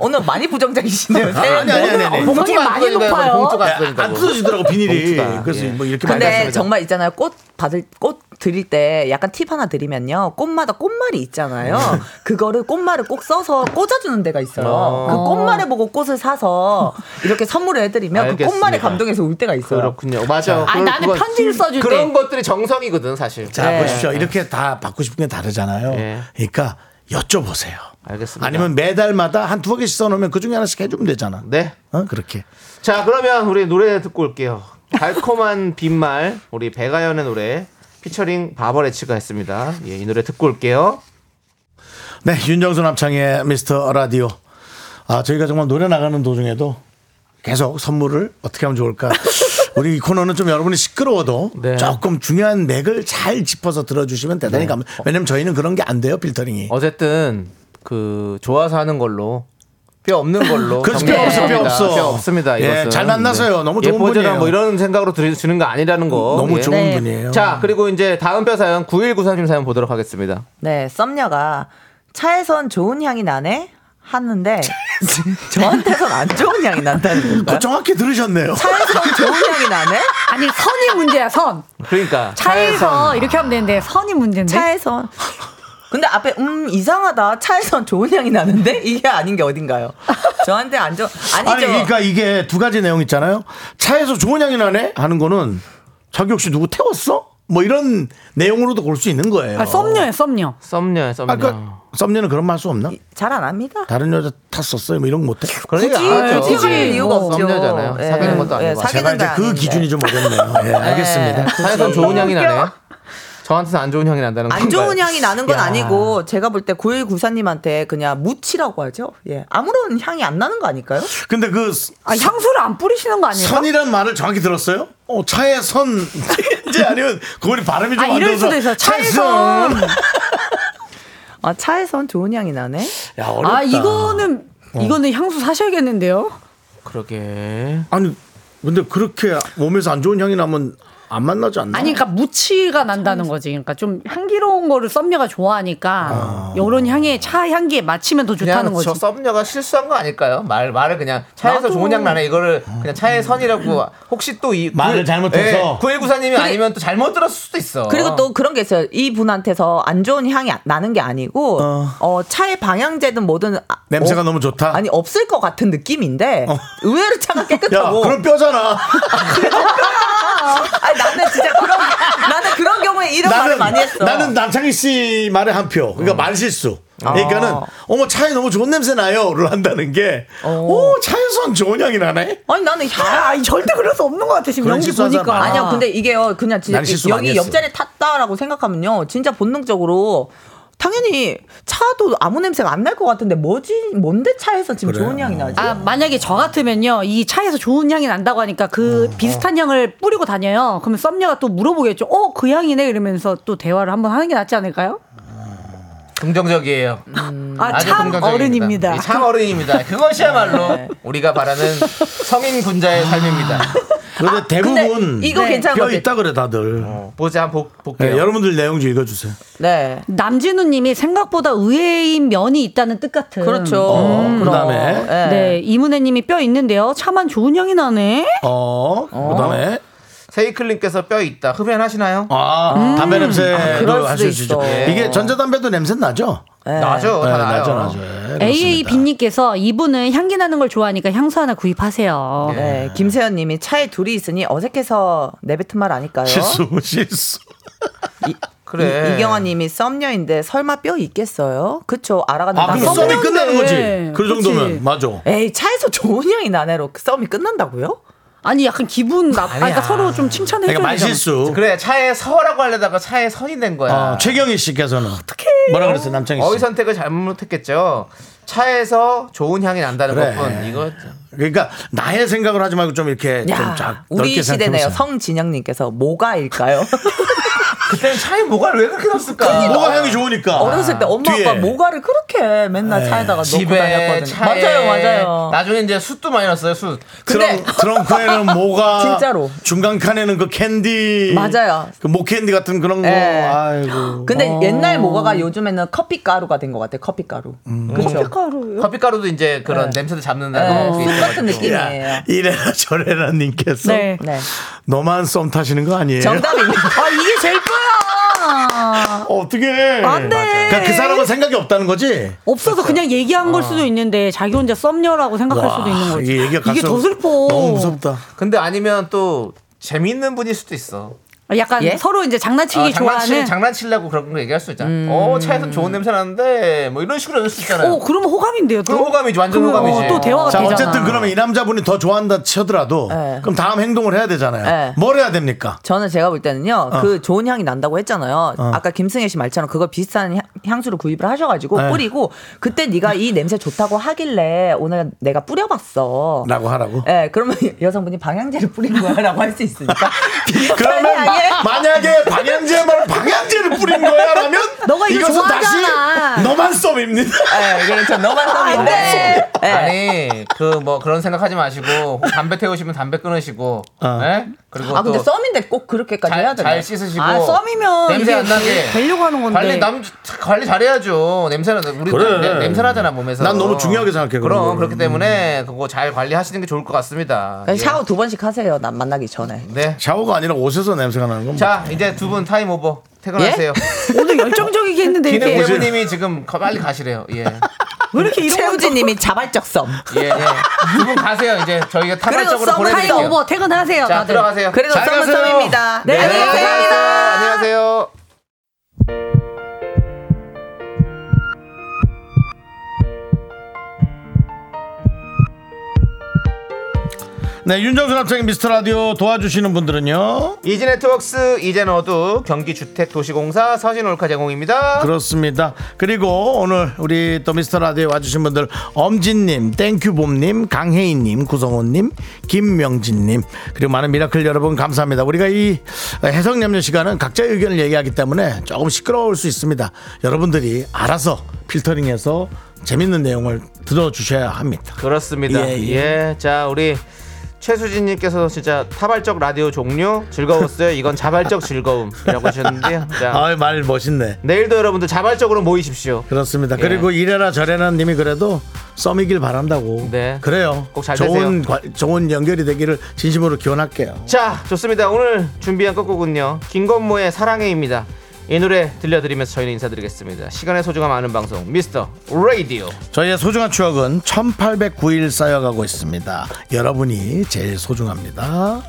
J: 오늘 많이 부정적이시네요.
B: 아니, 아니, 아니, 아니.
J: 봉투가
B: 성이
J: 안
B: 많이
J: 뜯어진다고,
B: 높아요.
J: 봉투가 안
B: 야, 안
J: 뜯어진다고.
B: 뜯어지더라고, 비닐이.
J: 봉투가,
B: 그래서 뭐 이렇게 많이
J: 근데
B: 하시면
J: 정말 있잖아요. 꽃 받을 꽃 드릴 때 약간 팁 하나 드리면요. 꽃마다 꽃말이 있잖아요. 그거를 꽃말을 꼭 써서 꽂아주는 데가 있어요.
C: 어.
J: 그 꽃말을 보고 꽃을 사서 이렇게 선물을 해드리면 그 꽃말에
C: 알겠습니다.
J: 감동해서 울 때가 있어요.
C: 그렇군요. 맞아.
J: 아니, 나는 편지를 써줄
C: 그런
J: 때.
C: 것들이 정성이거든 사실.
B: 자 보십시오. 이렇게 다 받고 싶은 게 다르잖아요. 그러니까 여쭤보세요.
C: 알겠습니다.
B: 아니면 매달마다 한 두어 개씩 써놓으면 그 중에 하나씩 해주면 되잖아.
C: 네.
B: 어? 그렇게.
C: 자 그러면 우리 노래 듣고 올게요. 달콤한 빈말 우리 배가연의 노래 피처링 바버레치가 했습니다. 예, 이 노래 듣고 올게요.
B: 네, 윤정수 남창의 미스터 라디오. 아, 저희가 정말 노래 나가는 도중에도 계속 선물을 어떻게 하면 좋을까. 우리 이 코너는 좀 여러분이 시끄러워도 조금 중요한 맥을 잘 짚어서 들어주시면 대단히
C: 네.
B: 감사. 왜냐면 저희는 그런 게 안 돼요, 필터링이.
C: 어쨌든 그 좋아서 하는 걸로 뼈 없는 걸로
B: 그렇죠.
C: 정리를
B: 뼈 없어, 뼈
C: 합니다.
B: 없어.
C: 뼈 없습니다
B: 예,
C: 이것은
B: 잘 만나서요. 너무 좋은
C: 예뻐지라
B: 분이에요.
C: 뭐 이런 생각으로 드- 주는 거 아니라는 거 예.
B: 너무 좋은
J: 네.
B: 분이에요.
C: 자 그리고 이제 다음 뼈 사연 9193님 사연 보도록 하겠습니다
J: 네, 썸녀가 차에선 좋은 향이 나네 하는데 저한테선 안 좋은 향이 난다는
B: 그
J: 건가요?
B: 정확히 들으셨네요.
J: 차에선 좋은 향이 나네?
K: 아니 선이 문제야 선.
C: 그러니까
K: 차에서 이렇게 하면 되는데 선이 문제인데.
J: 차에선. 근데 앞에 음 이상하다 차에선 좋은 향이 나는데 이게 아닌 게 어딘가요? 저한테 안 좋은 아니죠?
B: 아니 그러니까 이게 두 가지 내용 있잖아요. 차에서 좋은 향이 나네 하는 거는 자기 혹시 누구 태웠어? 뭐 이런 내용으로도 볼 수 있는 거예요.
K: 아, 썸녀야 썸녀.
C: 썸녀야 썸녀.
B: 아까 그러니까 썸녀는 그런 말 할 수 없나?
J: 잘 안 합니다.
B: 다른 여자 탔었어요. 뭐 이런 거 못해.
C: 그러니까
J: 굳이 굳이 할 이유가 없죠. 예.
C: 썸녀잖아요. 사귀는 것도 아니고.
B: 제가 이제 그 기준이 좀 어렵네요. 예, 알겠습니다.
C: 차에선 좋은 향이 나네 저한테는 안 좋은 향이 난다는
J: 안
C: 건가요?
J: 좋은 향이 나는 건
C: 야.
J: 아니고 제가 볼 때 9194님한테 그냥 무치라고 하죠. 예. 아무런 향이 안 나는 거 아닐까요?
B: 근데 그
K: 아, 향수를 안 뿌리시는 거 아니에요?
B: 선이란 말을 정확히 들었어요? 어, 차에 선 이제 아니면 그걸 발음이 좀
K: 아,
B: 안
K: 이럴
B: 좋아서
K: 수도 있어요.
B: 차에
K: 차에선.
B: 선.
J: 아, 차에선 좋은 향이 나네.
B: 야,
K: 아 이거는
B: 어.
K: 이거는 향수 사셔야겠는데요.
C: 그러게.
B: 아니 근데 그렇게 몸에서 안 좋은 향이 나면 안 만나지 않나?
K: 아니, 그러니까 무치가 난다는 거지. 그러니까 좀 향기로운 거를 썸녀가 좋아하니까 이런 향에 차 향기에 맞추면 더 좋다는
C: 그냥
K: 거지.
C: 저 썸녀가 실수한 거 아닐까요? 말 말을 그냥 차에서
K: 나도.
C: 좋은 향 나네 이거를 그냥 차의 선이라고 혹시 또 이
B: 아, 음.
C: 그 네,
B: 말을 잘못해서.
C: 구일구사님이
J: 그리-
C: 아니면 또 잘못 들었을 수도 있어.
J: 그리고 또 그런 게 있어요. 이 분한테서 안 좋은 향이 아- 나는 게 아니고 어, 차의 방향제든 뭐든 아-
B: 냄새가
J: 어-
B: 너무 좋다.
J: 아니 없을 것 같은 느낌인데 의외로 차가 깨끗하고.
B: 야, 그럼 뼈잖아.
J: 아니 나는 진짜 그런 나는 그런 경우에 이런 말을 많이 했어.
B: 나는 남창희 씨 말에 한 표. 그러니까 말실수.
J: 아.
B: 그러니까는 어머 차에 너무 좋은 냄새 나요를 한다는 게 오, 차에선 좋은 향이 나네.
J: 아니 나는 향
K: 아니, 절대 그럴 수 없는 것 같아 지금
B: 그런 연기 실수한 보니까. 사람 많아.
J: 아니야 근데 이게요 어, 그냥 진짜
B: 난 실수 많이
J: 여기
B: 했어.
J: 옆자리 탔다라고 생각하면요 진짜 본능적으로 당연히 차도 아무 냄새가 안 날 것 같은데 뭐지 뭔데 차에서 지금 좋은 향이 나지?
K: 아, 만약에 저 같으면요. 이 차에서 좋은 향이 난다고 하니까 그 비슷한 향을 뿌리고 다녀요. 그러면 썸녀가 또 물어보겠죠. 어, 그 향이네. 이러면서 또 대화를 한번 하는 게 낫지 않을까요?
C: 긍정적이에요.
K: 아,
C: 아주
K: 참
C: 긍정적입니다.
K: 어른입니다. 네.
C: 예, 참 어른입니다. 그것이야말로 우리가 바라는 성인
B: 아.
C: 군자의 삶입니다.
B: 그런데 대부분
J: 이거 네. 괜찮은
B: 뼈
J: 것 같아.
B: 있다 그래 다들.
C: 보자 한번 보- 볼게요.
B: 어. 네, 여러분들 내용 좀 읽어주세요.
J: 네.
K: 남진우님이 생각보다 의외인 면이 있다는 뜻 같은.
J: 그렇죠.
B: 어,
J: 그럼.
B: 그다음에?
J: 예.
K: 네, 이문혜님이 뼈 있는데요. 차만 좋은 향이 나네.
B: 어, 그다음에
C: 세이클님께서 뼈 있다. 흡연하시나요?
B: 아 담배 냄새도
J: 그럴 수도
B: 하실 수 있죠.
J: 있어.
B: 이게 전자담배도 냄새 나죠?
J: 예.
C: 나죠. 어, 다
B: 네,
C: 나요.
B: 나죠, 네, 나죠. 아,
K: AA 빈님께서 이분은 향기 나는 걸 좋아하니까 향수 하나 구입하세요.
B: 예.
J: 네, 김세현님이 차에 둘이 있으니 어색해서 내뱉은 말 아닐까요?
B: 실수, 실수.
J: 이,
C: 그래.
J: 이- 이경아님이 썸녀인데 설마 뼈 있겠어요? 그쵸 알아가는
B: 아, 그럼 썸이
J: 썸녀인데.
B: 끝나는 거지. 그
K: 그치.
B: 정도면 맞아.
J: 에이 차에서 좋은 향이 나네로 썸이 끝난다고요?
K: 아니 약간 기분 나. 아, 그러니까
C: 아니야.
K: 서로 좀 칭찬해
B: 그러니까
K: 줘야
B: 말실수.
C: 그래 차에 서라고 하려다가 차에 선이 된 거야.
B: 어, 최경희 씨께서는 뭐라 그랬어 남창희 씨?
C: 어휘 선택을 잘못했겠죠. 차에서 좋은 향이 난다는
B: 그래.
C: 것뿐 이거
B: 그러니까 나의 생각을 하지 말고 좀 이렇게
J: 야,
B: 좀 작,
J: 우리
B: 넓게
J: 시대네요.
B: 생각해보세요.
J: 성진영님께서 뭐가일까요?
C: 그때는 차에 뭐가 왜 그렇게
B: 어,
C: 넣었을까?
B: 뭐가 향이 좋으니까.
J: 그러니까. 어렸을 때 엄마
B: 뒤에.
J: 아빠 모가를 그렇게 맨날 차에다가 넣고
C: 집에
J: 다녔거든요.
C: 차에
J: 맞아요, 맞아요.
C: 나중에 이제 숯도 많이 넣었어요. 숯.
J: 근데
B: 트럼, 트럼프에는 뭐가
J: 진짜로.
B: 중간 칸에는 그 캔디
J: 맞아요.
B: 그 목캔디 같은 그런 거.
J: 예.
B: 아이고.
J: 근데 옛날 모가가 요즘에는 커피 가루가 된 것 같아. 커피 가루. 그렇죠.
K: 요
C: 커피 가루도 이제 그런 냄새도 잡는다는
J: 네,
C: 게
J: 숯 같은
C: 있어가지고.
J: 느낌이에요.
B: 이라- 이래라 저래라 님께서
K: 네.
J: 네.
B: 너만 썸 타시는 거 아니에요?
J: 정답입니다. 아 이게 제일
K: 아,
B: 어떻게? 안
K: 돼.
B: 그러니까 그 사람은 생각이 없다는 거지.
K: 없어서 그냥 얘기한 걸 수도 있는데 자기 혼자 썸녀라고 생각할
B: 와,
K: 수도 있는 거지.
B: 이게 얘기가 갈수록
K: 더 슬퍼.
B: 너무 무섭다.
C: 근데 아니면 또 재밌는 분일 수도 있어.
K: 약간
J: 예?
K: 서로 이제 장난치기
C: 아, 장난치,
K: 좋아하는.
C: 장난치려고 그런 거 얘기할 수 있잖아.
J: 음.
C: 어, 차에서 좋은 냄새 나는데 뭐 이런 식으로 연습 있잖아요.
K: 어, 그러면 호감인데요. 또
C: 그럼 호감이지, 완전
K: 그러면,
C: 호감이지.
K: 어, 예. 또 대화가
B: 자
K: 되잖아.
B: 어쨌든 그러면 이 남자분이 더 좋아한다 치더라도
J: 네.
B: 그럼 다음 행동을 해야 되잖아요.
K: 예.
J: 네.
B: 뭘 해야 됩니까?
J: 저는 제가 볼 때는요,
C: 어.
J: 그 좋은 향이 난다고 했잖아요. 아까 김승혜 씨 말처럼 그거 비슷한 향- 향수를 구입을 하셔가지고
B: 네.
J: 뿌리고 그때 네가 이 냄새 좋다고 하길래 오늘 내가 뿌려봤어.
B: 라고 하라고.
J: 예, 그러면 여성분이 방향제를 뿌린 거야라고 할 수 있으니까. 비슷한
B: 그러면
J: 향에
B: 만약에 방향제 말 방향제를 뿌린 거야라면
K: 너가 이거
B: 이것은
K: 좋아하잖아.
B: 다시 너만 썸입니다.
J: 예, 그렇죠. 너만 예. 하면 돼.
C: 아, 네. 아니 그 뭐 그런 생각하지 마시고 담배 태우시면 담배 끊으시고
B: 어.
C: 예? 그리고
J: 아, 근데
C: 또
J: 썸인데 꼭 그렇게까지
C: 잘,
J: 해야 되나?
C: 잘 씻으시고
K: 아, 썸이면
C: 냄새
K: 이게
C: 안 나게
K: 되려고 하는 건데.
C: 관리 남 관리 잘해야죠 냄새나 우리 네,
B: 그래.
C: 냄- 냄새나잖아 몸에서
B: 난 너무 중요하게 생각해, 그런
C: 그럼
B: 거를. 음.
C: 그렇기 때문에 그거 잘 관리하시는 게 좋을 것 같습니다 예.
J: 네,
C: 네.
J: 샤워 두 번씩 하세요. 난 만나기 전에.
B: 샤워가 아니라 옷에서 냄새가 나는 건
C: 네자 이제 두 분 타임 오버 퇴근하세요
K: 오늘 열정적이게 했는데
C: 기능
K: 이렇게
C: 대부님이 지금 거- 빨리 가시래요 예예두 예, 분
K: 왜 이렇게 이런
J: 최우진님이 자발적 썸.
C: 가세요 이제 저희가
J: 그래도
C: 타발적으로
J: 썸
K: 타임
J: 타임
C: 보내드릴게요
K: 오버 퇴근하세요.
C: 자
K: 다들.
C: 들어가세요
J: 그래도
C: 잘
J: 썸은
C: 가세요.
J: 썸입니다.
K: 네, 안녕히
C: 안녕히
K: 감사합니다.
C: 계세요. 안녕하세요.
B: 네, 윤정수 남창의 미스터 라디오 도와주시는 분들은요.
C: 이지 네트웍스 이제 너도 경기 주택 도시공사 서진 올카 제공입니다.
B: 그렇습니다. 그리고 오늘 우리 또 미스터 라디오에 와주신 분들 엄진님, 땡큐봄님, 강혜인님, 구성호님, 김명진님 그리고 많은 미라클 여러분 감사합니다. 우리가 이 해성염려 시간은 각자의 의견을 얘기하기 때문에 조금 시끄러울 수 있습니다. 여러분들이 알아서 필터링해서 재밌는 내용을 들어주셔야 합니다.
C: 그렇습니다.
B: 예,
C: 예,
B: 예.
C: 자, 우리 최수진님께서 진짜 타발적 라디오 종료 즐거웠어요. 이건 자발적 즐거움이라고 하셨는데요. 자,
B: 아이 말 멋있네.
C: 내일도 여러분들 자발적으로 모이십시오.
B: 그렇습니다.
C: 예.
B: 그리고 이래라 저래라 님이 그래도 썸이길 바란다고.
C: 네.
B: 그래요.
C: 꼭잘
B: 좋은
C: 되세요.
B: 관- 좋은 연결이 되기를 진심으로 기원할게요.
C: 자, 좋습니다. 오늘 준비한 끝곡은요. 김건모의 사랑해입니다. 이 노래 들려드리면서 저희는 인사드리겠습니다. 시간의 소중함 아는 방송 미스터 라디오.
B: 저희의 소중한 추억은 1809일 쌓여가고 있습니다. 여러분이 제일 소중합니다.